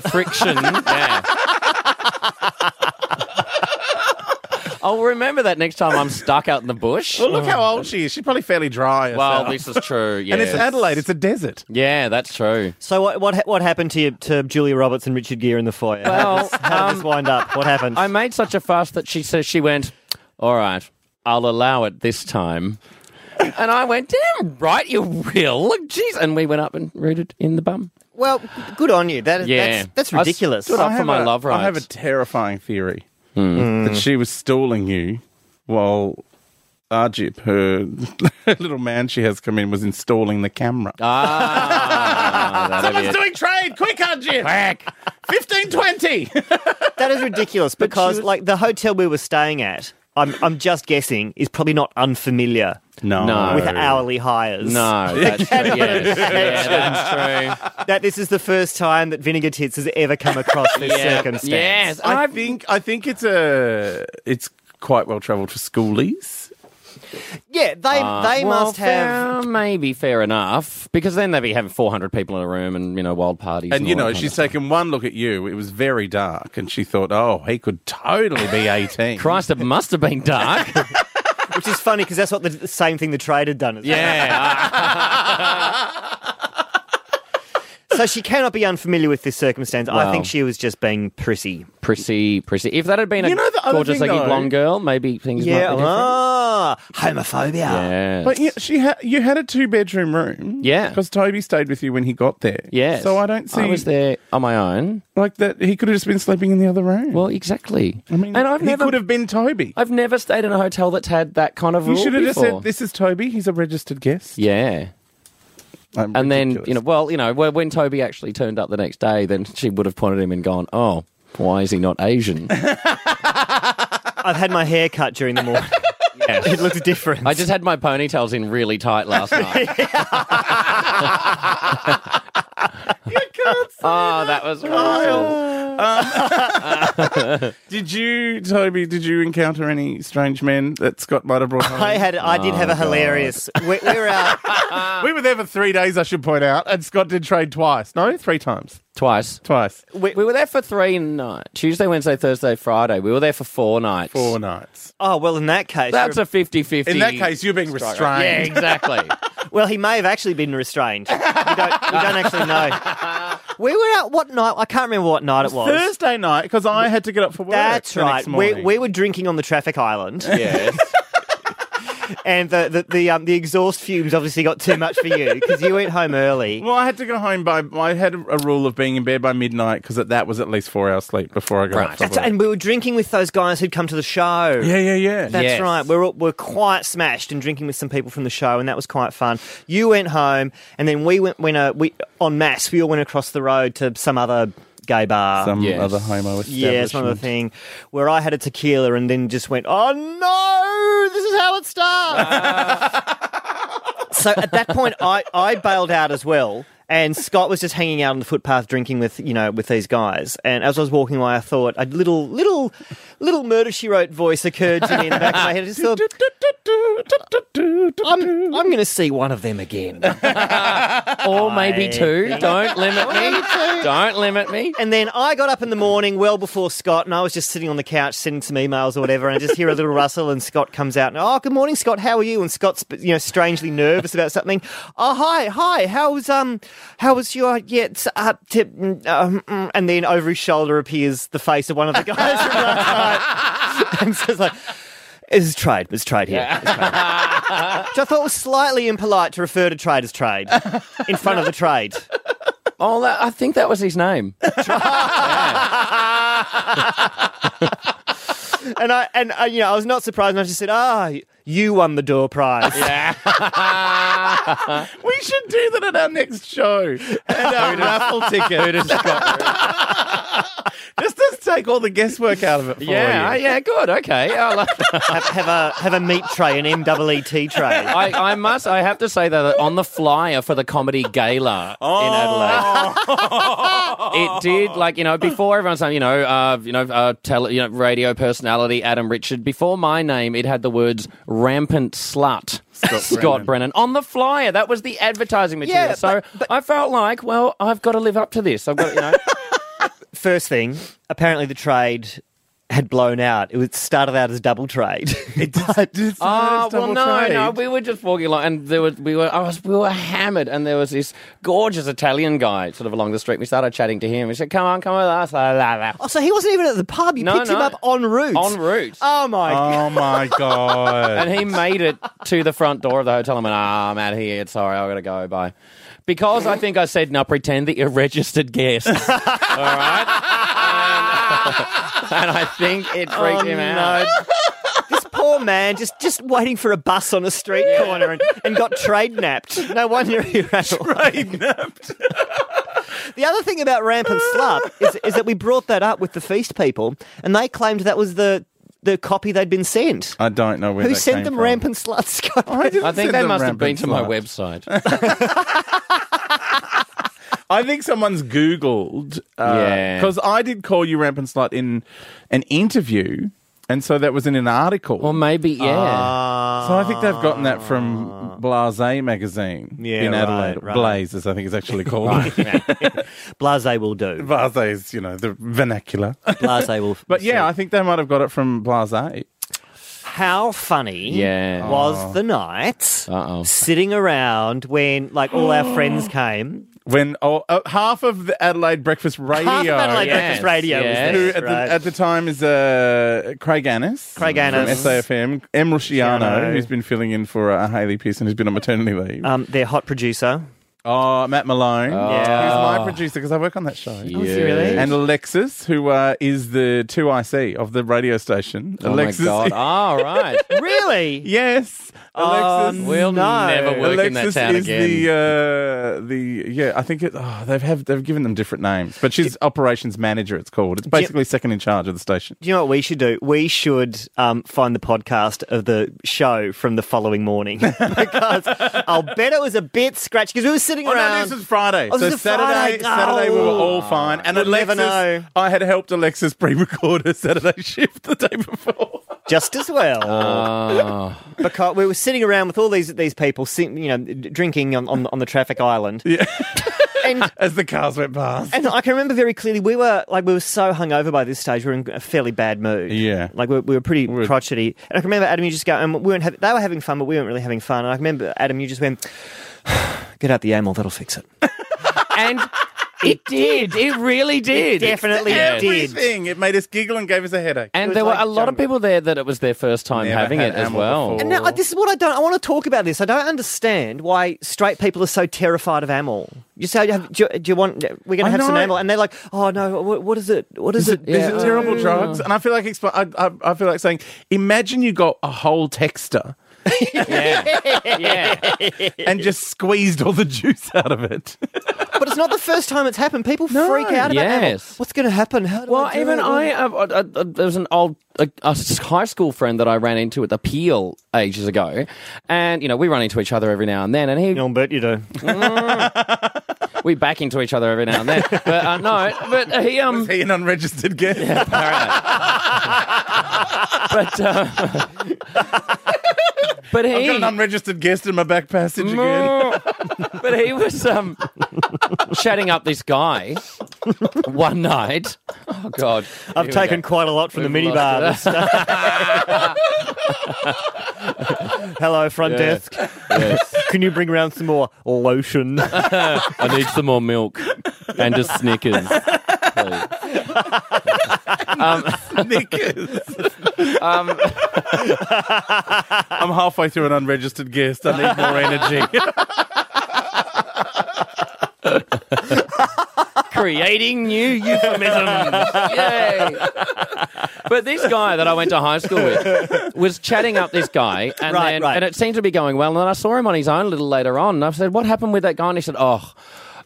Speaker 3: friction. yeah. I'll remember that next time I'm stuck out in the bush.
Speaker 1: well, look how old she is. She's probably fairly dry.
Speaker 3: Well,
Speaker 1: herself.
Speaker 3: this is true. Yeah.
Speaker 1: and it's Adelaide. It's a desert.
Speaker 3: Yeah, that's true.
Speaker 2: so what? What, ha- what happened to you, to Julia Roberts and Richard Gere in the foyer?
Speaker 3: Well,
Speaker 2: how did this, how did this
Speaker 3: um,
Speaker 2: wind up? What happened?
Speaker 3: I made such a fuss that she says she went, All right, I'll allow it this time. And I went, Damn right, you will. Jeez. And we went up and rooted in the bum.
Speaker 2: well, good on you. That,
Speaker 3: Yeah.
Speaker 2: that's, that's
Speaker 3: I s-
Speaker 2: ridiculous.
Speaker 3: stood up
Speaker 1: I
Speaker 3: for
Speaker 1: have
Speaker 3: my
Speaker 1: a-
Speaker 3: love
Speaker 1: I have a
Speaker 3: rights. Hmm.
Speaker 1: terrifying theory that she was stalling you while Ajib, her little man she has come in, was installing the camera.
Speaker 3: Ah, that
Speaker 1: Someone's
Speaker 3: idiot.
Speaker 1: doing trade. Quick, Ajib. Quick. Fifteen twenty.
Speaker 2: That is ridiculous because,
Speaker 3: was-
Speaker 2: like, the hotel we were staying at, I'm, I'm just guessing, is probably not unfamiliar
Speaker 1: No.
Speaker 3: No.
Speaker 2: with hourly hires.
Speaker 3: No, that's true. Yes. Yeah, that's true.
Speaker 2: That this is the first time that Vinegar Tits has ever come across this
Speaker 3: Yeah.
Speaker 2: circumstance.
Speaker 3: Yes,
Speaker 1: I
Speaker 3: I've-
Speaker 1: think I think it's a it's quite well travelled for schoolies.
Speaker 2: Yeah, they, they
Speaker 3: Well,
Speaker 2: must have.
Speaker 3: fair- maybe fair enough because then they'd be having 400 people in a room and you know wild parties.
Speaker 1: And you
Speaker 3: all that
Speaker 1: know,
Speaker 3: kind of
Speaker 1: she's
Speaker 3: stuff.
Speaker 1: taken one look at you. It was very dark, and she thought, "Oh, he could totally be 18.
Speaker 3: Christ, it must have been dark.
Speaker 2: Which is funny because that's what the, the same thing the trade had done. as well.
Speaker 3: yeah,
Speaker 2: So she cannot be unfamiliar with this circumstance. I
Speaker 3: Wow.
Speaker 2: think she was just being prissy.
Speaker 3: prissy, prissy. If that had been a
Speaker 1: You know the other
Speaker 3: gorgeous,
Speaker 1: thing,
Speaker 3: looking
Speaker 1: though- uh-huh.
Speaker 3: blonde girl, maybe things might be different.
Speaker 2: ah, homophobia.
Speaker 3: Yeah.
Speaker 1: But yeah, she had you had a two bedroom room,
Speaker 3: Yeah.
Speaker 1: because Toby stayed with you when he got there,
Speaker 3: Yes.
Speaker 1: So I don't see
Speaker 3: I was there on my own.
Speaker 1: like that. He could have just been sleeping in the other room.
Speaker 3: Well, exactly.
Speaker 1: I mean,
Speaker 3: and I've
Speaker 1: he
Speaker 3: never,
Speaker 1: could have been Toby.
Speaker 3: I've never stayed in a hotel that's had that kind of
Speaker 1: you
Speaker 3: rule
Speaker 1: should have just
Speaker 3: before.
Speaker 1: said, "This is Toby. He's a registered guest."
Speaker 3: Yeah.
Speaker 1: I'm
Speaker 3: And then,
Speaker 1: ridiculous.
Speaker 3: you know, well, you know, when when Toby actually turned up the next day, then she would have pointed him and gone, oh, why is he not Asian?
Speaker 2: I've had my hair cut during the morning. It looks different.
Speaker 3: I just had my ponytails in really tight last night. oh,
Speaker 1: Ah.
Speaker 3: that was awful.
Speaker 1: Did you, Toby? Did you encounter any strange men that Scott might have brought home?
Speaker 2: I had. I did have
Speaker 3: Oh,
Speaker 2: a hilarious. We, we were out.
Speaker 1: we were there for three days, I should point out, and Scott did trade twice. No, three times.
Speaker 3: Twice.
Speaker 1: Twice.
Speaker 2: We,
Speaker 3: We were there for three nights Tuesday, Wednesday, Thursday, Friday. We were there for four nights.
Speaker 1: Four nights.
Speaker 2: oh well, in that case,
Speaker 3: That's a 50 50.
Speaker 1: In that case, you're being
Speaker 3: yeah,
Speaker 1: restrained.
Speaker 3: exactly.
Speaker 2: well, he may have actually been restrained. We don't, we don't actually know. We were out. What night? I can't remember what night it was.
Speaker 1: Thursday night, because I had to get up for work.
Speaker 2: That's
Speaker 1: the next
Speaker 2: right. We,
Speaker 1: morning.
Speaker 2: we were drinking on the traffic island,
Speaker 3: Yes.
Speaker 2: and the the the, um, the exhaust fumes obviously got too much for you because you went home early.
Speaker 1: Well, I had to go home by. I had a rule of being in bed by midnight because that was at least four hours sleep before I got
Speaker 3: Right.
Speaker 1: up. for
Speaker 2: That's,
Speaker 1: work.
Speaker 2: and we were drinking with those guys who'd come to the show.
Speaker 1: yeah, yeah, yeah.
Speaker 2: That's
Speaker 3: Yes.
Speaker 2: right. We're all- we're quite smashed and drinking with some people from the show, and that was quite fun. You went home, and then we went when uh, we on mass. We all went across the road to some other gay bar.
Speaker 1: Some
Speaker 3: Yes.
Speaker 1: other homo
Speaker 2: yeah, some other thing where I had a tequila and then just went, oh no, this is how it starts. so at that point, I, I bailed out as well. And Scott was just hanging out on the footpath, drinking with you know with these guys. And as I was walking away, I thought a little little little murder she wrote voice occurred to me in the back of my head. I just thought, I'm I'm going to see one of them again.
Speaker 3: or maybe two. Don't limit me. Don't limit me.
Speaker 2: And then I got up in the morning well before Scott, and I was just sitting on the couch sending some emails or whatever, and I just hear a little rustle, and Scott comes out, and oh, good morning, Scott, how are you? And Scott's you know strangely nervous about something. Oh, hi, hi, how was um, how was your yeah, it's up to, um, mm," and then over his shoulder appears the face of one of the guys from last night, and so it's like. It's trade. It's trade here. It's trade. Which I thought was slightly impolite to refer to trade as trade in front of the trade.
Speaker 3: Oh, that, I think that was his name.
Speaker 2: and I and I, you know I was not surprised. And I just said, "Ah, you won the door prize."
Speaker 1: We should do that at our next show. And uh, our raffle ticket. Just to take all the guesswork out of it for
Speaker 3: Yeah,
Speaker 1: you.
Speaker 3: yeah, good. Okay. I, like
Speaker 2: have, have a have a meat tray, an M double E T tray.
Speaker 3: I, I must, I have to say that on the flyer for the comedy gala in Adelaide, it did like, you know, before everyone's saying, you know, uh, you know, uh, tele, you know, radio personality, Adam Richard, before my name, it had the words rampant slut. Scott,
Speaker 1: Brennan.
Speaker 3: Brennan on the flyer. That was the advertising material.
Speaker 2: Yeah,
Speaker 3: so I felt like, well, I've got to live up to this. I've got, you know,
Speaker 2: First thing, apparently the trade had blown out. It was started out as double trade.
Speaker 1: It just, just
Speaker 3: Ah,
Speaker 1: it's
Speaker 3: well,
Speaker 1: double
Speaker 3: no, no.
Speaker 1: trade.
Speaker 3: We were just walking along, and there was we were. I was, we were hammered, and there was this gorgeous Italian guy sort of along the street. We started chatting to him. We said, "Come on, come with us." la, la, la."
Speaker 2: oh, so he wasn't even at the pub. You
Speaker 3: No,
Speaker 2: picked him
Speaker 3: no.
Speaker 2: up en route.
Speaker 3: En route.
Speaker 2: Oh my! God.
Speaker 1: Oh my god.
Speaker 3: And he made it to the front door of the hotel. and went, "Ah, I'm out here. Sorry, I've got to go. Bye." Because I think I said, "Now pretend that you're registered guest." All right. And, and I think it freaked
Speaker 2: Oh,
Speaker 3: him out.
Speaker 2: this poor man just just waiting for a bus on a street corner and, and got trade napped. No wonder he ran Trade napped. the other thing about rampant slut is, is that we brought that up with the feast people, and they claimed that was the the copy they'd been sent?
Speaker 1: I don't know where
Speaker 2: Who
Speaker 1: that
Speaker 2: sent
Speaker 1: came
Speaker 2: them
Speaker 1: from.
Speaker 2: rampant sluts, Scott?
Speaker 1: didn't
Speaker 3: I think
Speaker 1: send
Speaker 3: they
Speaker 1: them
Speaker 3: must have been
Speaker 1: rampant
Speaker 3: to my
Speaker 1: sluts.
Speaker 3: website.
Speaker 1: I think someone's Googled.
Speaker 3: Yeah.
Speaker 1: Because I did call you Rampant Slut in an interview, and so that was in an article.
Speaker 3: or maybe,
Speaker 1: Ah.
Speaker 3: yeah.
Speaker 2: Ah.
Speaker 1: so I think they've gotten that from Blase magazine
Speaker 2: Yeah,
Speaker 1: in
Speaker 2: right,
Speaker 1: Adelaide.
Speaker 2: right.
Speaker 1: Blaze, as I think it's actually called.
Speaker 2: Blase will do.
Speaker 1: Blase is, you know, the vernacular.
Speaker 2: Blase will.
Speaker 1: But yeah, I think they might have got it from Blase.
Speaker 2: how funny
Speaker 3: Yeah.
Speaker 2: was
Speaker 1: Oh.
Speaker 2: the night
Speaker 3: Uh-oh.
Speaker 2: sitting around when like all our friends came?
Speaker 1: When oh, uh, half of the Adelaide Breakfast Radio,
Speaker 2: Half of Adelaide
Speaker 3: yes,
Speaker 2: Breakfast Radio
Speaker 3: yes.
Speaker 1: who at,
Speaker 2: was there,
Speaker 1: the,
Speaker 2: right?
Speaker 1: at the time is uh, Craig Annis.
Speaker 2: Craig Annis.
Speaker 1: From SAFM. Em Rusciano,
Speaker 2: Rusciano.
Speaker 1: who's been filling in for uh, Haley Pearson, who's been on maternity leave.
Speaker 3: Uh,
Speaker 2: um, their hot producer.
Speaker 1: Oh, Matt Malone.
Speaker 3: Yeah. Oh.
Speaker 1: He's my producer because I work on that show.
Speaker 3: Yeah.
Speaker 2: really?
Speaker 1: And Alexis, who uh, is the 2IC of the radio station.
Speaker 3: Oh
Speaker 1: Alexis.
Speaker 3: my God. All right.
Speaker 2: Really?
Speaker 1: yes. Alexis.
Speaker 3: We'll
Speaker 2: No.
Speaker 3: never work in that
Speaker 1: Alexis
Speaker 3: town
Speaker 1: is
Speaker 3: again.
Speaker 1: the uh, the yeah. I think it, oh, they've have they've given them different names, but she's operations manager. It's called. It's basically second in charge of the station.
Speaker 2: Do you know what we should do? We should um, find the podcast of the show from the following morning because I'll bet it was a bit scratchy because we were sitting
Speaker 1: Oh no,
Speaker 2: around.
Speaker 1: this is Friday.
Speaker 2: Oh,
Speaker 1: so
Speaker 2: this is
Speaker 1: Saturday,
Speaker 2: Friday.
Speaker 1: Saturday we were
Speaker 2: Oh.
Speaker 1: all fine. And
Speaker 2: We'll never
Speaker 1: Alexis,
Speaker 2: know.
Speaker 1: I had helped Alexis pre-record her Saturday shift the day before.
Speaker 2: just as well. Because we were sitting around with all these these people, sit- you know, d- drinking on, on, on the traffic island. Yeah. and
Speaker 1: As the cars went past.
Speaker 2: and I can remember very clearly we were like we were so hungover by this stage. We were in a fairly bad mood.
Speaker 1: Yeah.
Speaker 2: Like we, we were pretty
Speaker 1: We're-
Speaker 2: crotchety. And I can remember Adam, you just go, and we weren't. Have, they were having fun, but we weren't really having fun. And I can remember Adam, you just went, get out the amyl, that'll fix it.
Speaker 3: and it did. It really did.
Speaker 2: definitely
Speaker 3: Yes.
Speaker 2: did.
Speaker 1: Everything. It made us giggle and gave us a headache.
Speaker 3: And
Speaker 2: was
Speaker 3: there
Speaker 2: like
Speaker 3: were a lot of
Speaker 2: jungle.
Speaker 3: people there that it was their first time
Speaker 1: Never
Speaker 3: having
Speaker 1: had
Speaker 3: it as
Speaker 1: Amyl
Speaker 3: well.
Speaker 1: before.
Speaker 2: And now, this is what I don't. I want to talk about this. I don't understand why straight people are so terrified of amyl. You say, "Have- do you, do you want? We're going
Speaker 1: I
Speaker 2: to have some
Speaker 1: know.
Speaker 2: amyl, and they're like, "Oh no, what, what is it? What is, it?
Speaker 1: Is
Speaker 3: Yeah.
Speaker 1: it terrible drugs? And I feel like exp- I, I, I feel like saying, imagine you got a whole texter
Speaker 3: Yeah. yeah.
Speaker 1: and just squeezed all the juice out of it.
Speaker 2: But it's not the first time it's happened. People freak out about amyl.
Speaker 3: Yes.
Speaker 2: What's going to happen? How do
Speaker 3: Well,
Speaker 2: I do
Speaker 3: even
Speaker 2: it?
Speaker 3: I, uh, uh, uh, uh, there was an old uh, uh, high school friend that I ran into at the Peel ages ago, and you know we run into each other every now and then, and he
Speaker 2: I'll bet you do.
Speaker 3: we back into each other every now and then. But uh, no, but uh, he um,
Speaker 1: Being unregistered guest.
Speaker 3: but uh, but
Speaker 1: I've got
Speaker 3: he
Speaker 1: an unregistered guest in my back passage again.
Speaker 3: but he was um chatting up this guy one night. Oh God,
Speaker 2: I've
Speaker 3: Here we
Speaker 2: taken
Speaker 3: go.
Speaker 2: quite a lot from the
Speaker 3: We've
Speaker 2: minibar.
Speaker 3: lost
Speaker 2: this- Hello, front desk. Can you bring around some more lotion?
Speaker 3: I need some more milk and just Snickers. please.
Speaker 1: Knickers.
Speaker 3: Um,
Speaker 1: I'm halfway through an unregistered guest. I need more energy.
Speaker 3: creating new euphemisms. Yay. But this guy that I went to high school with was chatting up this guy, and
Speaker 2: Right,
Speaker 3: then,
Speaker 2: right.
Speaker 3: and it seemed to be going well. And then I saw him on his own a little later on, and I said, "What happened with that guy?" And he said, "Oh."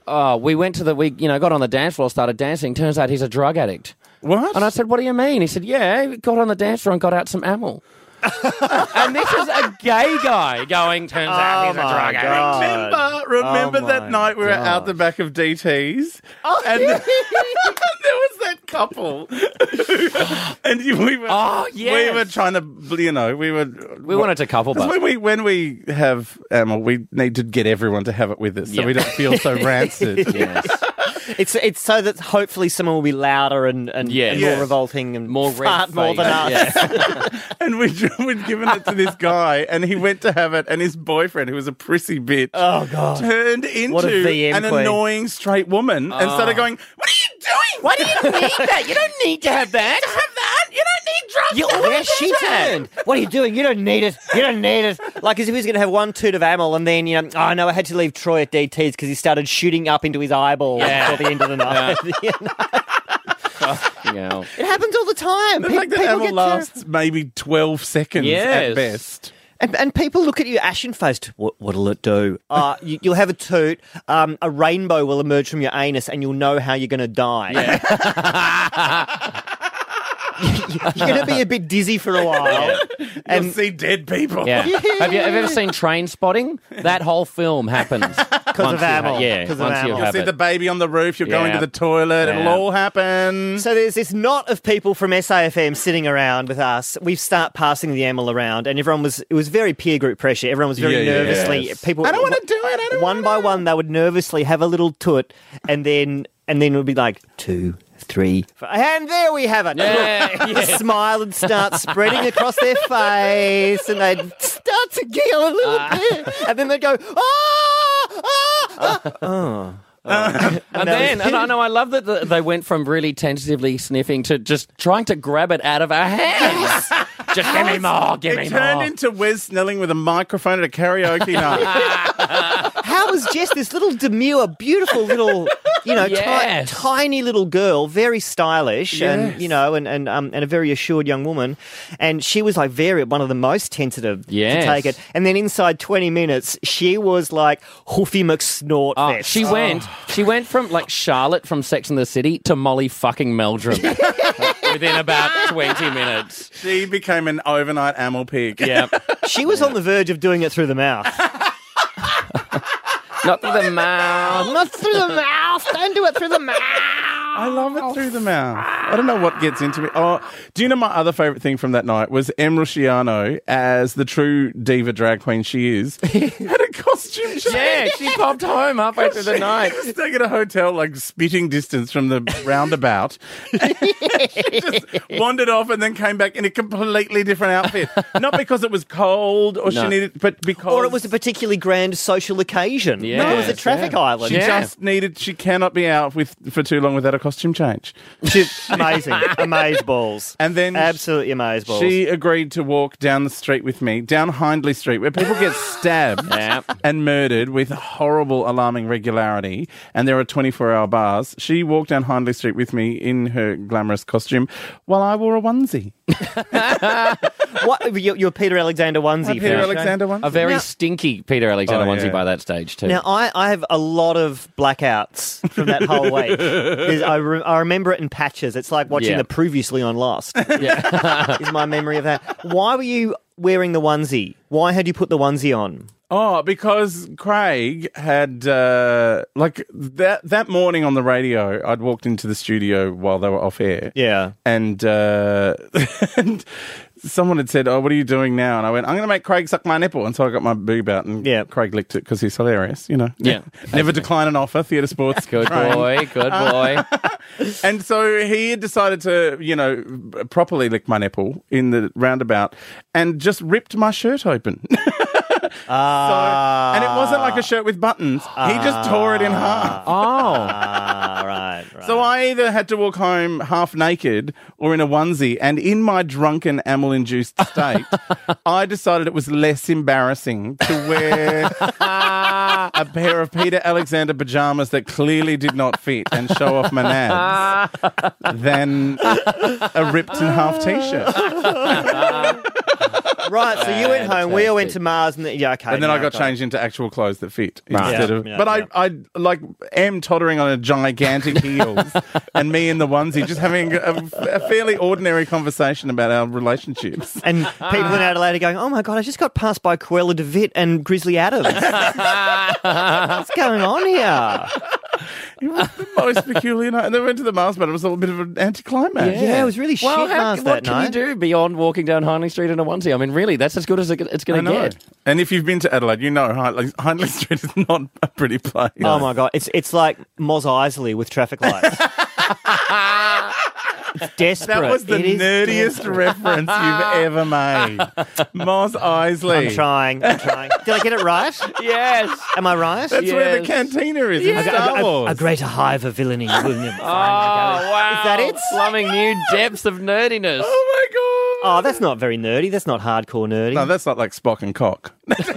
Speaker 3: Oh, we went to the we you know got on the dance floor, started dancing. Turns out he's a drug addict.
Speaker 1: what?
Speaker 3: And I said, "What do you mean?" He said, "Yeah, he got on the dance floor and got out some amyl." and this is a gay guy going. Turns out he's a drug addict.
Speaker 1: remember, remember
Speaker 2: Oh my
Speaker 1: that night we were out the back of DT's, and there was that couple, and you- we were,
Speaker 3: Oh, yes.
Speaker 1: we were trying to, you know, we were,
Speaker 3: We wanted to couple,
Speaker 1: Because when
Speaker 3: but
Speaker 1: we when we have ammo, we need to get everyone to have it with us, so we don't feel so rancid.
Speaker 2: It's it's so that hopefully someone will be louder and, and,
Speaker 3: Yes.
Speaker 2: and more
Speaker 1: Yes.
Speaker 2: revolting and
Speaker 3: more
Speaker 2: fart
Speaker 3: red
Speaker 2: more than us.
Speaker 3: face. Yeah.
Speaker 1: And we we'd given it to this guy, and he went to have it, and his boyfriend, who was a prissy bitch,
Speaker 2: Oh god.
Speaker 1: turned into
Speaker 2: What a VM
Speaker 1: an
Speaker 2: queen.
Speaker 1: annoying straight woman and started going, "What are you doing? Why do you need that? You don't need to have that. To have that? You don't need drugs.
Speaker 2: You always she turned. What are you doing? You don't need it. You don't need it. Like as if he was going to have one toot of amyl, and then you know, oh no, I had to leave Troy at DT's because he started shooting up into his eyeball
Speaker 3: Yeah.
Speaker 2: at the end of the night. You know,
Speaker 3: Yeah.
Speaker 2: it happens all the time.
Speaker 1: The
Speaker 2: Pe-
Speaker 1: fact that
Speaker 2: people
Speaker 1: Emma
Speaker 2: get
Speaker 1: lasts maybe twelve seconds
Speaker 3: Yes.
Speaker 1: at best.
Speaker 2: ter- and, and people look at you ashen faced. What, what'll it do? Uh, you, you'll have a toot. Um, a rainbow will emerge from your anus, and you'll know how you're going to die. You're going to be a bit dizzy for a while.
Speaker 1: and see dead people.
Speaker 3: Yeah. have you have you ever seen Train Spotting? That whole film happens because
Speaker 2: of Hamill.
Speaker 3: Yeah,
Speaker 2: 'Cause of
Speaker 3: once you
Speaker 2: Hamill.
Speaker 1: You'll
Speaker 3: have
Speaker 1: see
Speaker 3: it.
Speaker 1: the baby on the roof, you're going
Speaker 3: Yeah.
Speaker 1: to the toilet, it'll
Speaker 3: Yeah.
Speaker 1: all happen.
Speaker 2: So there's this knot of people from SAFM sitting around with us. We start passing the amel around, and everyone was it was very peer group pressure. Everyone was very
Speaker 1: Yeah, yeah,
Speaker 2: nervously.
Speaker 1: yes.
Speaker 2: People,
Speaker 1: I don't wanna do it, I don't wanna.
Speaker 2: one by one, they would nervously have a little toot, and then and then it would be like two, three, four, and there we have it.
Speaker 3: Yeah,
Speaker 2: A smile would start spreading across their face, and they'd start to giggle a little bit, and then they'd go, ah, ah, ah.
Speaker 3: And
Speaker 2: that
Speaker 3: then,
Speaker 2: was-
Speaker 3: and I know I love that the, they went from really tentatively sniffing to just trying to grab it out of our hands. just give me more, give me
Speaker 1: It turned
Speaker 3: more.
Speaker 1: into Wes Snelling with a microphone at a karaoke night.
Speaker 2: How was Jess, this little demure, beautiful little, you know, ti-
Speaker 3: Yes.
Speaker 2: tiny little girl, very stylish,
Speaker 1: Yes.
Speaker 2: and you know, and and um, and a very assured young woman, and she was like very one of the most tentative
Speaker 3: Yes.
Speaker 2: to take it, and then inside twenty minutes, she was like Hoofy McSnort.
Speaker 3: Oh,
Speaker 2: fest.
Speaker 3: she went. She went from like Charlotte from Sex and the City to Molly fucking Meldrum within about twenty minutes.
Speaker 1: she became an overnight amel pig.
Speaker 3: Yeah,
Speaker 2: She was on the verge of doing it through the mouth.
Speaker 3: not through the mouth.
Speaker 2: Not through the mouth. Don't do it through the mouth.
Speaker 1: I love it through the mouth. I don't know what gets into me. Oh, do you know my other favorite thing from that night was Em Rusciano as the true diva drag queen she is had a costume show.
Speaker 3: Yeah, she popped home halfway through the night.
Speaker 1: She was staying at a hotel like spitting distance from the roundabout. she just wandered off and then came back in a completely different outfit. Not because it was cold or
Speaker 3: No.
Speaker 1: she needed, but because
Speaker 2: Or it was a particularly grand social occasion.
Speaker 3: Yes,
Speaker 2: it was a traffic
Speaker 3: yeah.
Speaker 2: island.
Speaker 1: She
Speaker 3: Yeah.
Speaker 1: just needed. She cannot be out with for too long without a costume change. She,
Speaker 2: amazing, amazing balls,
Speaker 1: And then
Speaker 2: absolutely amazing balls.
Speaker 1: she agreed to walk down the street with me, down Hindley Street, where people get stabbed
Speaker 3: Yeah.
Speaker 1: and murdered with horrible, alarming regularity. And there are twenty-four hour bars. She walked down Hindley Street with me in her glamorous costume, while I wore a onesie,
Speaker 2: what your, your Peter Alexander onesie?
Speaker 1: a Peter
Speaker 2: for-
Speaker 1: Alexander onesie.
Speaker 3: A very
Speaker 2: Now-
Speaker 3: stinky Peter Alexander
Speaker 1: Oh,
Speaker 3: onesie
Speaker 1: yeah.
Speaker 3: by that stage too.
Speaker 2: Now I, I have a lot of blackouts from that whole week. There's- I, re- I remember it in patches. It's like watching
Speaker 3: Yeah.
Speaker 2: the previously on Lost.
Speaker 3: yeah.
Speaker 2: is my memory of that. Why were you wearing the onesie? Why had you put the onesie on?
Speaker 1: Oh, because Craig had uh, like that that morning on the radio. I'd walked into the studio while they were off air.
Speaker 2: Yeah.
Speaker 1: and uh, and someone had said, "Oh, what are you doing now?" And I went, "I'm going to make Craig suck my nipple." And so I got my boob out, and
Speaker 2: Yeah.
Speaker 1: Craig licked it because he's hilarious, you know.
Speaker 3: Yeah.
Speaker 1: never decline an offer. Theatre sports,
Speaker 3: Good
Speaker 1: Craig.
Speaker 3: boy. Good
Speaker 2: Uh,
Speaker 3: boy.
Speaker 1: And so he had decided to, you know, properly lick my nipple in the roundabout, and just ripped my shirt open. So- and it wasn't
Speaker 3: Ah.
Speaker 1: like a shirt with buttons. he just tore it in half.
Speaker 3: Oh.
Speaker 2: Ah, right, right.
Speaker 1: So I either had to walk home half naked or in a onesie. And in my drunken, amyl induced state, I decided it was less embarrassing to wear a pair of Peter Alexander pajamas that clearly did not fit and show off my nads than a ripped in half t shirt.
Speaker 2: right. So you went home. We all went to Mars, and then, yeah, okay.
Speaker 1: And then I
Speaker 2: now
Speaker 1: got
Speaker 2: I've
Speaker 1: changed into actual clothes that fit instead
Speaker 2: Yeah,
Speaker 1: of.
Speaker 2: yeah,
Speaker 1: but
Speaker 2: yeah.
Speaker 1: I, I like am tottering on a gigantic heels, and me in the onesie, just having a, a fairly ordinary conversation about our relationships.
Speaker 2: And people in Adelaide are going, oh my God, I just got passed by Cruella DeVitt and Grizzly Adams. What's going on here?
Speaker 1: It was the most peculiar night. And then went to the Mars, but it was a little bit of an anticlimax.
Speaker 2: Yeah, it was really
Speaker 3: Well,
Speaker 2: shit
Speaker 3: how-
Speaker 2: last that
Speaker 3: what can
Speaker 2: night.
Speaker 3: you do beyond walking down Hindley Street in a onesie? I mean, really, that's as good as it- it's
Speaker 1: I
Speaker 3: going to
Speaker 1: know.
Speaker 3: get.
Speaker 1: And if you've been to Adelaide, you know Hindley, Hindley Street is not a pretty place.
Speaker 2: Oh my god, it's it's like Moz Isley with traffic lights. it's desperate.
Speaker 1: That was the
Speaker 2: It is
Speaker 1: nerdiest
Speaker 2: desperate.
Speaker 1: reference you've ever made. Moz Isley.
Speaker 2: I'm trying. I'm trying. Did I get it right?
Speaker 3: Yes.
Speaker 2: Am I right?
Speaker 1: That's where the
Speaker 3: Yes.
Speaker 1: cantina is in
Speaker 2: A,
Speaker 1: Star
Speaker 2: a- a-
Speaker 1: Wars.
Speaker 2: a greater hive of villainy will never find you.
Speaker 3: Oh, wow.
Speaker 2: that it?
Speaker 3: Plumbing new depths of nerdiness.
Speaker 1: oh my god.
Speaker 2: Oh, that's not very nerdy. That's not hardcore nerdy.
Speaker 1: No, that's not like Spock and Cock.
Speaker 2: that's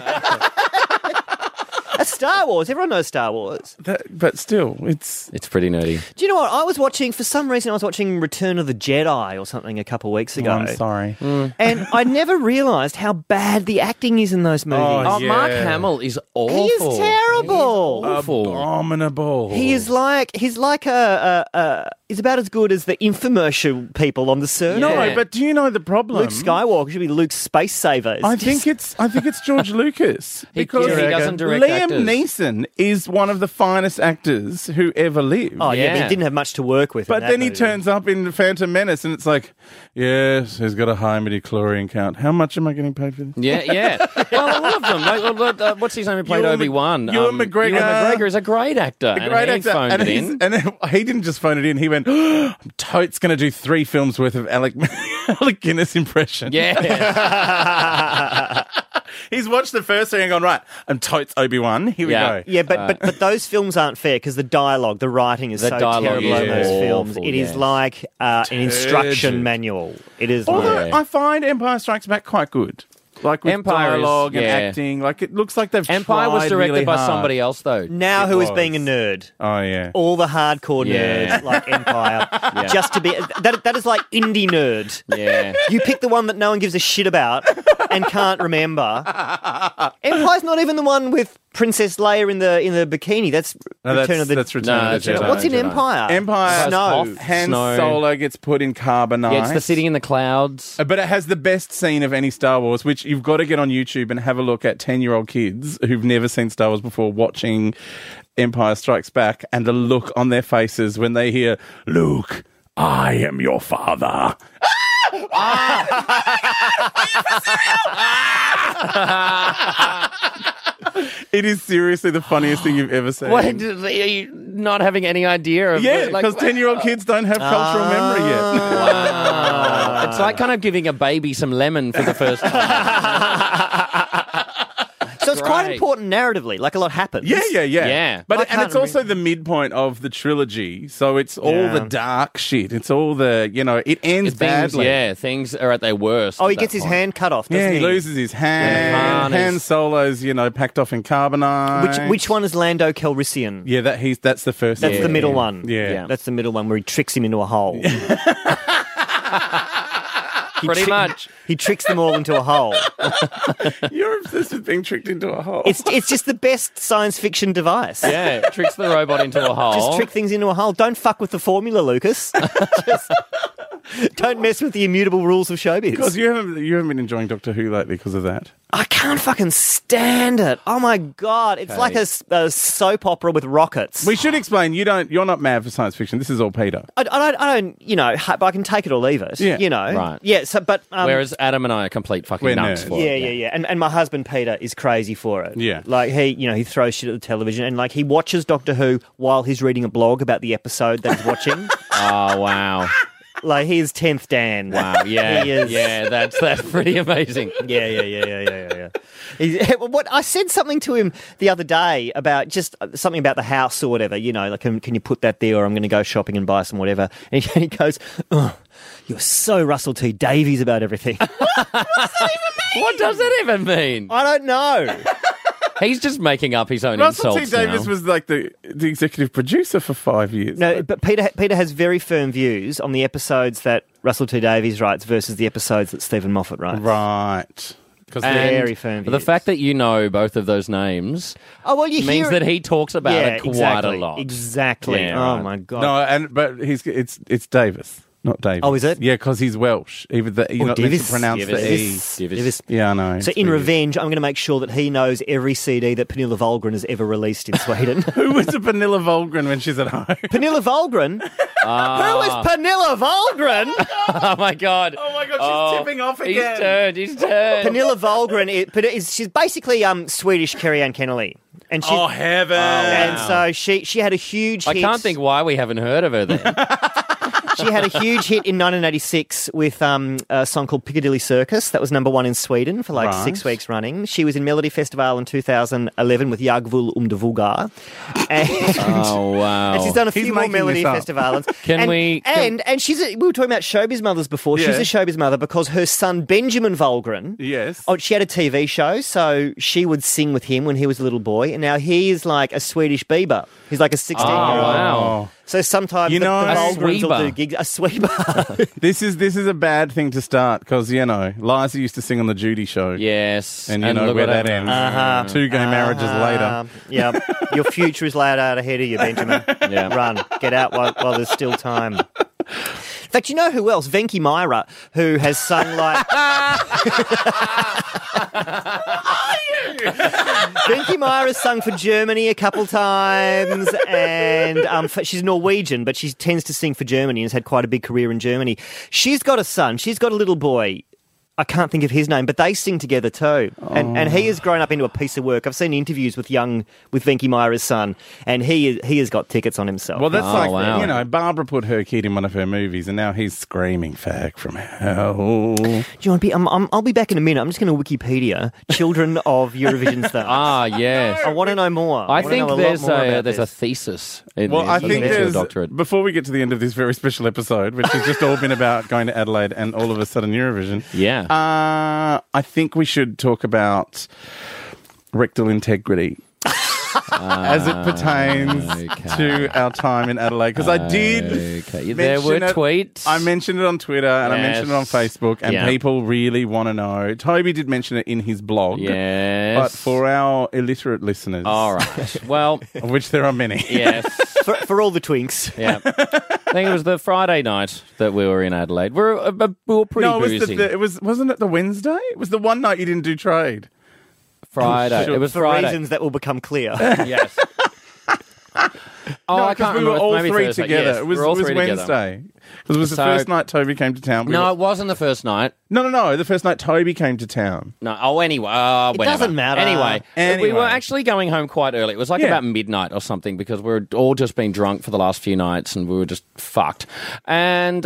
Speaker 2: Star Wars. Everyone knows Star Wars.
Speaker 1: That- but still, it's
Speaker 3: It's pretty nerdy.
Speaker 2: Do you know what? I was watching, for some reason, I was watching Return of the Jedi or something a couple weeks ago.
Speaker 1: I'm sorry.
Speaker 2: And I never realised how bad the acting is in those movies.
Speaker 3: Oh,
Speaker 1: yeah.
Speaker 3: Mark Hamill is awful.
Speaker 2: he is terrible.
Speaker 3: Awful.
Speaker 1: Abominable.
Speaker 2: He is like he's like a, a, a he's about as good as the infomercial people on the circuit.
Speaker 1: No,
Speaker 3: Yeah.
Speaker 1: but do you know the problem?
Speaker 2: Luke Skywalker should be Luke Space Saver. It's
Speaker 1: I
Speaker 2: just-
Speaker 1: think it's I think it's George Lucas
Speaker 3: He-
Speaker 1: because
Speaker 3: he doesn't direct
Speaker 1: Liam
Speaker 3: actors.
Speaker 1: Neeson is one of the finest actors who ever lived.
Speaker 2: oh yeah, but
Speaker 3: Yeah.
Speaker 2: he didn't have much to work with. in
Speaker 1: But
Speaker 2: that
Speaker 1: then he
Speaker 2: movie.
Speaker 1: turns up in Phantom Menace, and it's like, yes, he's got a high midichlorian count. How much am I getting paid for this?
Speaker 3: Yeah, yeah. well, a lot of them. Like, well, but, uh, what's his name? Who played
Speaker 1: Ewan Mc-
Speaker 3: Obi Wan?
Speaker 1: Ewan McGregor.
Speaker 3: Ewan McGregor is a great actor. and
Speaker 1: Great
Speaker 3: he
Speaker 1: actor,
Speaker 3: phoned
Speaker 1: and,
Speaker 3: it
Speaker 1: he's-
Speaker 3: in.
Speaker 1: and then he didn't just phone it in. He went, "I'm totes going to do three films worth of Alec, Alec Guinness impression."
Speaker 3: Yeah,
Speaker 1: he's watched the first three and gone, "Right, I'm totes Obi Wan." Here
Speaker 3: Yeah.
Speaker 1: we go.
Speaker 2: Yeah, but, but but those films aren't fair because the dialogue, the writing is
Speaker 3: Uh, The
Speaker 2: so
Speaker 3: dialogue
Speaker 2: terrible
Speaker 1: is
Speaker 2: in those
Speaker 3: awful,
Speaker 2: films. It is
Speaker 3: yes.
Speaker 2: like uh, an
Speaker 1: Turgid.
Speaker 2: instruction manual. It is like
Speaker 1: Although
Speaker 3: Yeah.
Speaker 1: I find Empire Strikes Back quite good. Like with
Speaker 3: Empire is-
Speaker 1: dialogue and
Speaker 3: yeah.
Speaker 1: acting, like it looks like they've
Speaker 3: Empire was
Speaker 1: tried
Speaker 3: directed
Speaker 1: really
Speaker 3: by
Speaker 1: hard.
Speaker 3: somebody else though.
Speaker 2: now
Speaker 1: It
Speaker 2: who is
Speaker 1: was.
Speaker 2: being a nerd?
Speaker 1: Oh yeah,
Speaker 2: All the hardcore
Speaker 3: Yeah.
Speaker 2: nerds like Empire, just to be that, that is like indie nerd.
Speaker 3: Yeah.
Speaker 2: You pick the one that no one gives a shit about and can't remember. Empire's not even the one with Princess Leia in the in the bikini. That's
Speaker 1: No,
Speaker 2: Return
Speaker 1: that's,
Speaker 2: of the.
Speaker 1: that's Return
Speaker 3: No,
Speaker 1: of the
Speaker 3: that's
Speaker 1: Jedi.
Speaker 2: What's in
Speaker 3: Jedi.
Speaker 2: Empire?
Speaker 1: Empire
Speaker 2: Snow.
Speaker 3: Hoth.
Speaker 1: Han
Speaker 3: Snow.
Speaker 1: Solo gets put in carbonite.
Speaker 3: Yeah, it's the sitting in the clouds.
Speaker 1: Uh, But it has the best scene of any Star Wars, which you've got to get on YouTube and have a look at 10 year old kids who've never seen Star Wars before watching Empire Strikes Back and the look on their faces when they hear, Luke, I am your father. it is seriously the funniest thing you've ever seen.
Speaker 3: What, are you not having any idea of?
Speaker 1: yeah,
Speaker 3: like-
Speaker 1: because 10 year old kids don't have cultural memory yet.
Speaker 3: Wow. it's like kind of giving a baby some lemon for the first time.
Speaker 2: So it's quite
Speaker 3: Great.
Speaker 2: important narratively. Like a lot happens.
Speaker 1: Yeah, yeah, yeah.
Speaker 3: Yeah.
Speaker 1: But
Speaker 2: I
Speaker 1: and
Speaker 2: can't
Speaker 1: it's also the midpoint of the trilogy, so it's all
Speaker 2: Yeah.
Speaker 1: the dark shit. It's all the you know, it ends
Speaker 3: things,
Speaker 1: badly.
Speaker 3: yeah, things are at their worst.
Speaker 2: Oh,
Speaker 3: at
Speaker 2: he
Speaker 3: that
Speaker 2: gets his
Speaker 3: point.
Speaker 2: hand cut off. Doesn't
Speaker 1: Yeah, he
Speaker 2: he
Speaker 1: loses his hand.
Speaker 3: Yeah,
Speaker 1: hand
Speaker 3: his harness.
Speaker 1: solos, you know, packed off in carbonite.
Speaker 2: Which which one is Lando Calrissian?
Speaker 1: Yeah, that he's that's the first.
Speaker 2: That's
Speaker 1: one.
Speaker 2: the middle one.
Speaker 1: Yeah. Yeah.
Speaker 2: That's the middle one where he tricks him into a hole.
Speaker 3: Pretty much.
Speaker 2: he tricks them all into a hole.
Speaker 1: You're obsessed with being tricked into a hole.
Speaker 2: It's it's just the best science fiction device.
Speaker 3: Yeah, tricks the robot into a hole.
Speaker 2: Just trick things into a hole. Don't fuck with the formula, Lucas. Just- don't mess with the immutable rules of
Speaker 1: because
Speaker 2: showbiz.
Speaker 1: you haven't you haven't been enjoying Doctor Who lately because of that.
Speaker 2: I can't fucking stand it. Oh my god, it's like a, s- a soap opera with rockets.
Speaker 1: We should explain. You don't. You're not mad for science fiction. This is all Peter.
Speaker 2: I, I don't, I don't, you know, ha- but I can take it or leave it.
Speaker 1: Yeah.
Speaker 2: you know,
Speaker 3: Right.
Speaker 2: Yeah, so but um,
Speaker 3: Whereas Adam and I are complete fucking
Speaker 1: We're
Speaker 3: nuts
Speaker 1: nerds.
Speaker 3: for
Speaker 2: Yeah,
Speaker 3: it.
Speaker 2: yeah, yeah. And and my husband Peter is crazy for it.
Speaker 1: Yeah.
Speaker 2: Like he, you know, he throws shit at the television and like he watches Doctor Who while he's reading a blog about the episode that he's watching.
Speaker 3: Oh wow.
Speaker 2: like he is tenth Dan.
Speaker 3: Wow, yeah,
Speaker 2: He is-
Speaker 3: yeah, that's that's pretty amazing.
Speaker 2: Yeah, yeah, yeah, yeah, yeah, yeah. yeah. He- what I said something to him the other day about just uh, something about the house or whatever. You know, like can, can you put that there, or I'm going to go shopping and buy some whatever. And he, he goes, oh, "You're so Russell T Davies about everything."
Speaker 3: What does that even mean?
Speaker 2: I don't know.
Speaker 3: He's just making up his own
Speaker 1: Russell T
Speaker 3: insults.
Speaker 1: Davis
Speaker 3: now.
Speaker 1: was like the the executive producer for five years.
Speaker 2: No, but Peter Peter has very firm views on the episodes that Russell T Davies writes versus the episodes that Stephen Moffat writes.
Speaker 1: right. Because
Speaker 3: And
Speaker 2: very firm
Speaker 3: The
Speaker 2: views.
Speaker 3: fact that you know both of those names
Speaker 2: Oh well, you hear
Speaker 3: means that he talks about
Speaker 2: yeah,
Speaker 3: it quite
Speaker 2: exactly,
Speaker 3: a lot.
Speaker 2: Exactly.
Speaker 3: Yeah,
Speaker 2: oh
Speaker 3: right.
Speaker 2: my god.
Speaker 1: No, and but he's it's it's Davis, not Davis.
Speaker 2: Oh, is it?
Speaker 1: Yeah, because he's Welsh. Even the you're
Speaker 2: Oh,
Speaker 1: not meant
Speaker 2: Davis.
Speaker 1: to pronounce the e.
Speaker 3: Davis. Davis.
Speaker 2: Davies.
Speaker 1: Yeah, I know.
Speaker 2: So
Speaker 1: It's
Speaker 2: in
Speaker 1: weird.
Speaker 2: revenge, I'm going to make sure that he knows every CD that Pernilla Volgren has ever released in Sweden.
Speaker 1: who was a Vanilla Volgren when she's at home?
Speaker 2: Pernilla Volgren. Who is Pernilla Volgren?
Speaker 3: Ah. Oh my god!
Speaker 1: Oh my God, she's tipping off again.
Speaker 3: He's turned. He's turned.
Speaker 2: Pernilla Volgren is, Pern- is she's basically um Swedish Kerry Ann Kennelly, and
Speaker 3: Oh,
Speaker 2: she's
Speaker 1: heaven!
Speaker 2: and so she she had a huge.
Speaker 3: I
Speaker 2: hit.
Speaker 3: can't think why we haven't heard of her then.
Speaker 2: She had a huge hit in 1986 with um, a song called Piccadilly Circus. That was number one in Sweden for like
Speaker 1: Right.
Speaker 2: six weeks running. She was in Melody Festival in 2011 with Jagvul um de Vulgar. And,
Speaker 3: Oh wow!
Speaker 2: and she's done a few more
Speaker 1: making
Speaker 2: Melody
Speaker 1: this up.
Speaker 2: Festivals.
Speaker 3: Can
Speaker 2: and,
Speaker 3: we- can-
Speaker 2: And and she's a, we were talking about showbiz mothers before. She's
Speaker 1: Yeah.
Speaker 2: a showbiz mother because her son Benjamin Volgren.
Speaker 1: Yes.
Speaker 2: Oh, she had a TV show, so she would sing with him when he was a little boy, and now he is like a Swedish Bieber. He's like a sixteen-year-old.
Speaker 1: Oh.
Speaker 3: Oh, wow.
Speaker 2: So sometimes
Speaker 1: You
Speaker 2: the,
Speaker 1: know,
Speaker 2: the
Speaker 1: a
Speaker 2: Vulgrans will
Speaker 3: sweeper.
Speaker 2: do gigs. A sweeper.
Speaker 1: This is this is a bad thing to start because you know Liza used to sing on the Judy Show.
Speaker 3: Yes,
Speaker 1: and you know
Speaker 3: look
Speaker 1: where
Speaker 3: what
Speaker 1: that
Speaker 3: happened.
Speaker 1: ends.
Speaker 2: Uh-huh.
Speaker 1: Two gay marriages later.
Speaker 2: Um, yeah, your future is laid out ahead of you, Benjamin.
Speaker 3: Yeah.
Speaker 2: Run, get out while, while there's still time. In fact, you know who else? Venki Myra, who has sung like. Venki Myra's sung for Germany a couple times, and um, f- she's Norwegian, but she tends to sing for Germany and has had quite a big career in Germany. She's got a son. She's got a little boy. I can't think of his name, but they sing together too, and and he has grown up into a piece of work. I've seen interviews with young with Venki Myra's son, and he is, he has got tickets on himself.
Speaker 1: Well, that's
Speaker 3: Oh,
Speaker 1: like
Speaker 3: wow.
Speaker 1: you know Barbara put her kid in one of her movies, and now he's screaming "fag from hell."
Speaker 2: Do you want to be? I'm, I'm, I'll be back in a minute. I'm just going to Wikipedia children of Eurovision stars.
Speaker 3: Ah yes.
Speaker 2: I want to know more.
Speaker 3: I
Speaker 2: wanna
Speaker 3: think
Speaker 2: know a lot
Speaker 3: there's
Speaker 2: more
Speaker 3: a
Speaker 2: about
Speaker 3: there's a
Speaker 2: this.
Speaker 3: thesis. In
Speaker 1: Well,
Speaker 3: this.
Speaker 1: I think
Speaker 3: need to do a
Speaker 1: there's
Speaker 3: doctorate.
Speaker 1: before we get to the end of this very special episode, which has just all been about going to Adelaide and all of a sudden Eurovision.
Speaker 3: Yeah.
Speaker 1: uh, I think we should talk about rectal integrity. as it pertains
Speaker 3: Ah, okay.
Speaker 1: to our time in Adelaide, because I did.
Speaker 3: Okay. There were
Speaker 1: mention it-
Speaker 3: tweets.
Speaker 1: I mentioned it on Twitter and I
Speaker 3: Yes.
Speaker 1: mentioned it on Facebook, and
Speaker 3: Yeah.
Speaker 1: people really want to know. Toby did mention it in his blog,
Speaker 3: Yes.
Speaker 1: but for our illiterate listeners,
Speaker 3: all right. Well,
Speaker 1: of which there are many,
Speaker 3: yes.
Speaker 2: for, for all the twinks.
Speaker 3: Yeah. I think it was the Friday night that we were in Adelaide. We were, uh, uh, we were pretty
Speaker 1: No, it was, the,
Speaker 3: boozy.
Speaker 1: the, it was wasn't it the Wednesday? It was the one night you didn't do trade.
Speaker 3: Friday.
Speaker 1: Sure.
Speaker 3: It was
Speaker 2: for
Speaker 3: Friday.
Speaker 2: reasons that will become clear.
Speaker 3: Yes. oh, I can't
Speaker 1: we
Speaker 3: remember.
Speaker 1: were all
Speaker 3: Maybe
Speaker 1: three
Speaker 3: Thursday.
Speaker 1: together.
Speaker 3: Yes,
Speaker 1: it was,
Speaker 3: we were all
Speaker 1: it was
Speaker 3: three together.
Speaker 1: Wednesday. 'Cause It was the
Speaker 3: So-
Speaker 1: first night Toby came to town. We
Speaker 3: No,
Speaker 1: were-
Speaker 3: it wasn't the first night.
Speaker 1: no, no, no. The first night Toby came to town.
Speaker 3: No. Oh, anyway. Uh,
Speaker 2: It
Speaker 3: whenever.
Speaker 2: doesn't matter.
Speaker 3: Anyway,
Speaker 1: Anyway.
Speaker 3: we were actually going home quite early. It was like
Speaker 1: Yeah.
Speaker 3: about midnight or something because we were all just been drunk for the last few nights and we were just fucked. And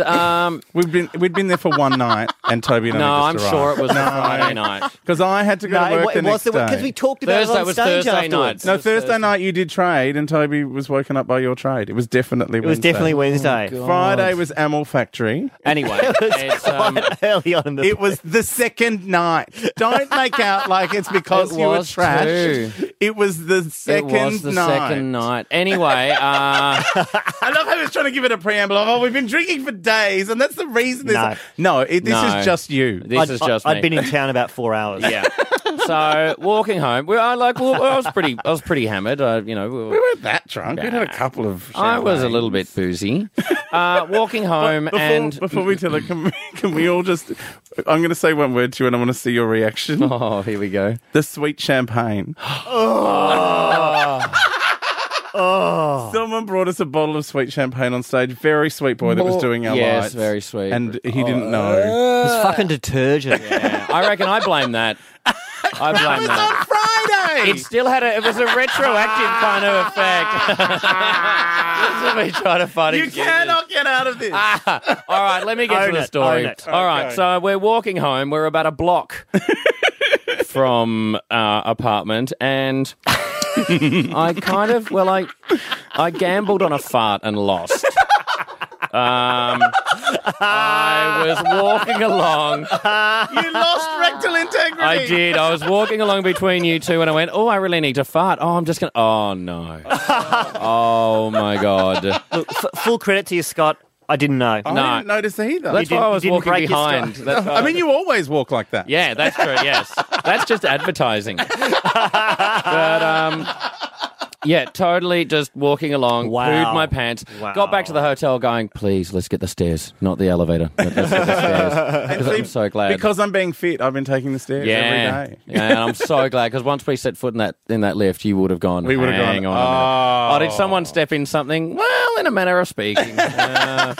Speaker 3: um,
Speaker 1: We've been we'd been there for one night, and Toby. And
Speaker 3: no, I'm sure it was the
Speaker 1: No.
Speaker 3: Friday night.
Speaker 1: because I had to go
Speaker 2: No,
Speaker 1: to work
Speaker 2: it,
Speaker 1: the
Speaker 2: it was
Speaker 1: next
Speaker 2: the
Speaker 1: day.
Speaker 2: because we talked about
Speaker 3: Thursday
Speaker 2: it on
Speaker 3: was
Speaker 2: stage
Speaker 3: Thursday
Speaker 2: afterwards.
Speaker 3: night.
Speaker 1: no,
Speaker 3: It was
Speaker 1: Thursday,
Speaker 3: Thursday.
Speaker 1: night you did trade, and Toby was woken up by your trade. It was definitely
Speaker 2: It was definitely
Speaker 3: Oh,
Speaker 2: Wednesday.
Speaker 1: Friday was Amel Factory.
Speaker 3: Anyway, it's, um,
Speaker 2: early on in the
Speaker 1: It was the second night. Don't make out like it's because
Speaker 3: It
Speaker 1: you were
Speaker 3: was
Speaker 1: trash.
Speaker 3: too.
Speaker 1: It was the second
Speaker 3: it was the
Speaker 1: night.
Speaker 3: second night. Anyway, uh,
Speaker 1: I love how he's trying to give it a preamble. of, Oh, we've been drinking for days, and that's the reason. This
Speaker 2: No.
Speaker 1: no, it, this
Speaker 3: No.
Speaker 1: is just you.
Speaker 3: this is just
Speaker 2: I,
Speaker 3: me.
Speaker 2: had been in town about four hours.
Speaker 3: yeah. So walking home, we, I like well, I was pretty, I was pretty hammered. I, you know, we were-
Speaker 1: we weren't that drunk. We had a couple of.
Speaker 3: I was a
Speaker 1: champagnes.
Speaker 3: little bit boozy. Uh, walking home
Speaker 1: Before,
Speaker 3: and
Speaker 1: before we tell it, can we, can we all just? I'm going to say one word to you, and I want to see your reaction.
Speaker 3: oh, here we go.
Speaker 1: The sweet champagne.
Speaker 3: Oh,
Speaker 1: Someone brought us a bottle of sweet champagne on stage. Very sweet boy that was doing our
Speaker 3: Yes,
Speaker 1: lights.
Speaker 3: very sweet. Oh.
Speaker 1: and he didn't know.
Speaker 2: It's fucking detergent.
Speaker 3: Yeah, I reckon I blame that. I blame that.
Speaker 1: Friday.
Speaker 3: It still had a. It was a retroactive kind of effect. this is me trying to fight
Speaker 1: you
Speaker 3: excuses.
Speaker 1: cannot get out of this.
Speaker 3: Ah. All right, let me get
Speaker 2: Own
Speaker 3: to the
Speaker 2: it,
Speaker 3: story.
Speaker 2: own it.
Speaker 3: All right, so we're walking home. We're about a block from our apartment, and I kind of well, I I gambled on a fart and lost. Um, I was walking along.
Speaker 1: you lost rectal integrity.
Speaker 3: I did. I was walking along between you two, and I went, "Oh, I really need to fart. Oh, I'm just gonna. Oh no. Oh my god."
Speaker 2: Look, f- full credit to you, Scott. I didn't know.
Speaker 1: I
Speaker 3: No.
Speaker 1: didn't notice either.
Speaker 3: That's
Speaker 2: You didn't-
Speaker 3: why I
Speaker 2: you
Speaker 3: was
Speaker 2: didn't
Speaker 3: walking
Speaker 2: break your
Speaker 3: behind.
Speaker 2: stride.
Speaker 3: That's why
Speaker 1: I mean, you always walk like that.
Speaker 3: Yeah, that's true. Yes, that's just advertising. but um, yeah, totally. Just walking along,
Speaker 2: Wow.
Speaker 3: pooed my pants.
Speaker 2: Wow.
Speaker 3: Got back to the hotel, going, please, let's get the stairs, not the elevator. Let- Let's get the stairs. Because I'm so glad.
Speaker 1: Because I'm being fit, I've been taking the stairs
Speaker 3: yeah,
Speaker 1: every day.
Speaker 3: yeah, and I'm so glad because once we set foot in that in that lift, you would have gone.
Speaker 1: We would have
Speaker 3: Hang
Speaker 1: gone.
Speaker 3: On a minute."
Speaker 1: Oh.
Speaker 3: oh, did someone step in something? Well, in a manner of speaking. Uh,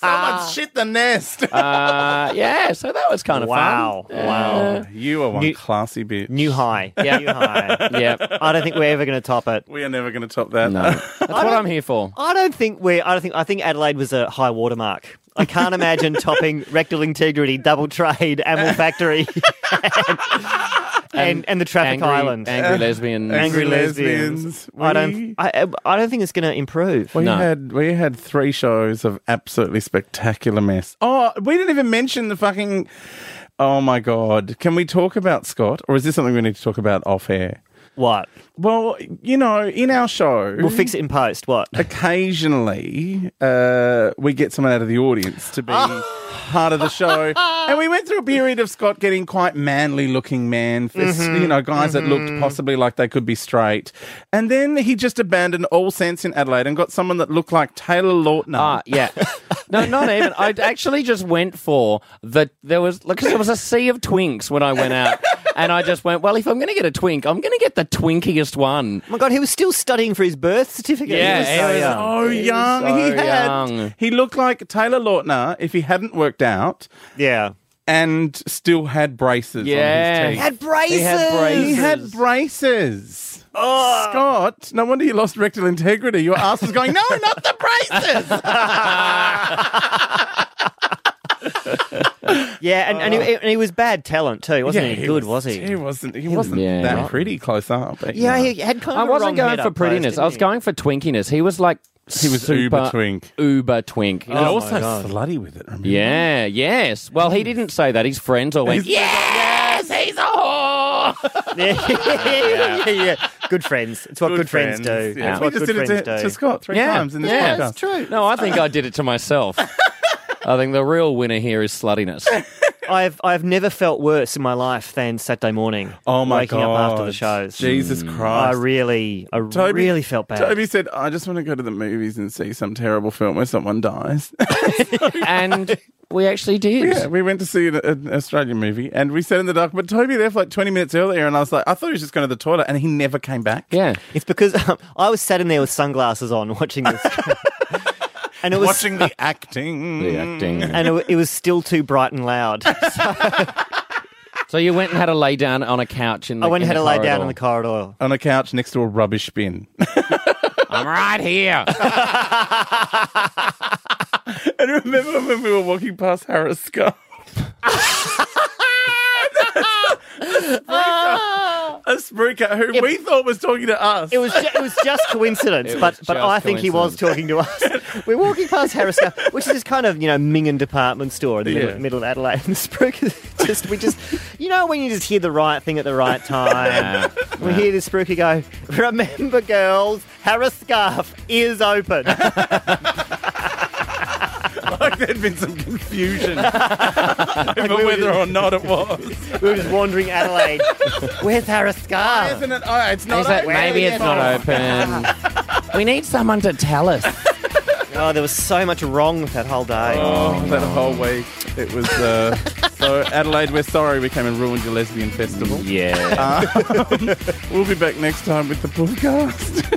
Speaker 1: Someone shit the nest.
Speaker 3: uh, yeah, so that was kind of
Speaker 2: Wow.
Speaker 3: fun.
Speaker 2: Wow.
Speaker 1: Oh, you are one
Speaker 2: New-
Speaker 1: classy bitch.
Speaker 2: New high.
Speaker 3: Yeah.
Speaker 2: New high.
Speaker 3: Uh, yeah, that's
Speaker 2: I don't think we're ever going to top it.
Speaker 1: we are never going to top that.
Speaker 3: No. what I'm here for.
Speaker 2: I don't think we. I don't think. I think Adelaide was a high watermark. I can't imagine topping rectal integrity, double trade, Amel Factory, and, and, and the traffic
Speaker 3: Angry,
Speaker 2: island.
Speaker 3: angry lesbian.
Speaker 2: Angry
Speaker 1: Angry
Speaker 2: lesbians.
Speaker 1: lesbians.
Speaker 2: I
Speaker 1: We-
Speaker 2: don't. I, um, I don't think it's going to improve.
Speaker 1: We
Speaker 3: No.
Speaker 1: had we had three shows of absolutely spectacular mess. Oh, we didn't even mention the fucking. Oh my god! Can we talk about Scott, or is this something we need to talk about off air?
Speaker 2: What?
Speaker 1: Well, you know, in our show,
Speaker 2: We'll fix it in post. What?
Speaker 1: occasionally uh, we get someone out of the audience to be part of the show. And we went through a period of Scott getting quite manly looking man, fists, you know, guys that looked possibly like they could be straight. And then he just abandoned all sense in Adelaide and got someone that looked like Taylor Lautner.
Speaker 3: Ah, yeah. No, not even. I actually just went for the. There was like 'cause there was a sea of twinks when I went out, and I just went. Well, if I'm going to get a twink, I'm going to get the twinkiest one.
Speaker 2: Oh my God, he was still studying for his birth certificate. He
Speaker 3: Yeah,
Speaker 2: was so
Speaker 3: he was-
Speaker 2: young.
Speaker 1: Oh,
Speaker 3: He was
Speaker 1: young.
Speaker 3: so
Speaker 1: he had.
Speaker 3: young.
Speaker 1: He looked like Taylor Lautner if he hadn't worked out
Speaker 2: yeah.
Speaker 1: and still had braces on
Speaker 3: Yeah.
Speaker 1: his teeth.
Speaker 2: Had braces.
Speaker 3: He had braces.
Speaker 1: He had braces. Scott, no wonder you lost rectal integrity. Your ass was going, no, not the braces.
Speaker 2: Yeah, and, and, he, and he was bad talent too, wasn't he? Good, was, he?
Speaker 1: He wasn't. He wasn't
Speaker 3: Yeah.
Speaker 1: that pretty close up. but, you
Speaker 2: Yeah,
Speaker 1: know.
Speaker 2: he had kind
Speaker 3: I
Speaker 2: of. a wrong
Speaker 3: wasn't going
Speaker 2: head
Speaker 3: for
Speaker 2: up close,
Speaker 3: prettiness. I
Speaker 2: didn't
Speaker 3: was
Speaker 2: he?
Speaker 3: going for twinkiness. He was like
Speaker 1: he was uber twink.
Speaker 3: uber twink. He
Speaker 1: And
Speaker 2: Oh
Speaker 3: was-
Speaker 1: also slutty with it. Remember?
Speaker 3: yeah, yes. Well, he didn't say that. His friends all went. Yes, he's a whore.
Speaker 2: yeah, yeah, yeah. Good friends. It's what good, friends, do.
Speaker 1: Yeah.
Speaker 2: It's
Speaker 1: We
Speaker 2: what
Speaker 1: just
Speaker 2: good
Speaker 1: did it
Speaker 2: friends
Speaker 1: to,
Speaker 2: do.
Speaker 1: to Scott three
Speaker 3: Yeah.
Speaker 1: times in this
Speaker 3: Yeah,
Speaker 1: podcast.
Speaker 3: that's true. No, I think I did it to myself. I think the real winner here is sluttiness.
Speaker 2: I've I've never felt worse in my life than Saturday morning.
Speaker 1: Oh my
Speaker 2: waking
Speaker 1: god!
Speaker 2: up after the shows. Mm.
Speaker 1: Jesus
Speaker 2: I
Speaker 1: Christ!
Speaker 2: really, I really felt bad.
Speaker 1: Toby said, "I just want to go to the movies and see some terrible film where someone dies."
Speaker 3: and we actually did.
Speaker 1: Yeah, we went to see an, an Australian movie and we sat in the dark. But Toby there for like 20 minutes earlier, and I was like, I thought he was just going to the toilet, and he never came back.
Speaker 3: Yeah.
Speaker 2: It's because um, I was sat in there with sunglasses on watching this, and it was
Speaker 1: Watching the acting.
Speaker 2: Mm. and it, wa- it was still too bright and loud.
Speaker 3: so you went and had a lay down on a couch in the
Speaker 2: I went
Speaker 3: in
Speaker 2: and had
Speaker 3: the
Speaker 2: to lay down
Speaker 3: corridor.
Speaker 2: in the corridor.
Speaker 1: On a couch next to a rubbish bin.
Speaker 3: I'm right here.
Speaker 1: and remember when we were walking past Harris Scarf? a spruker who we thought was talking to us.
Speaker 2: It was ju- it was just coincidence,
Speaker 3: It
Speaker 2: but
Speaker 3: was
Speaker 2: but
Speaker 3: just
Speaker 2: I think he was talking to us. We're walking past Harris, Scar- which is this kind of you know Mingan department store in the middle,
Speaker 1: Yeah.
Speaker 2: middle of Adelaide, and Spruker just we just you know when you just hear the right thing at the right time. we hear this Spruker go, "Remember, girls, Harris scarf is open."
Speaker 1: like there'd been some confusion over whether or not it was.
Speaker 2: we were just wandering Adelaide. Where's Harris scarf?
Speaker 1: Isn't it? Oh, it's not. Oh,
Speaker 3: Is that
Speaker 1: open.
Speaker 3: maybe it's not open? we need someone to tell us.
Speaker 2: Oh, there was so much wrong with that whole day.
Speaker 1: Oh, that whole week. It was. Uh, so, Adelaide, we're sorry we came and ruined your lesbian festival. Uh,
Speaker 3: Yeah.
Speaker 1: We'll be back next time with the podcast.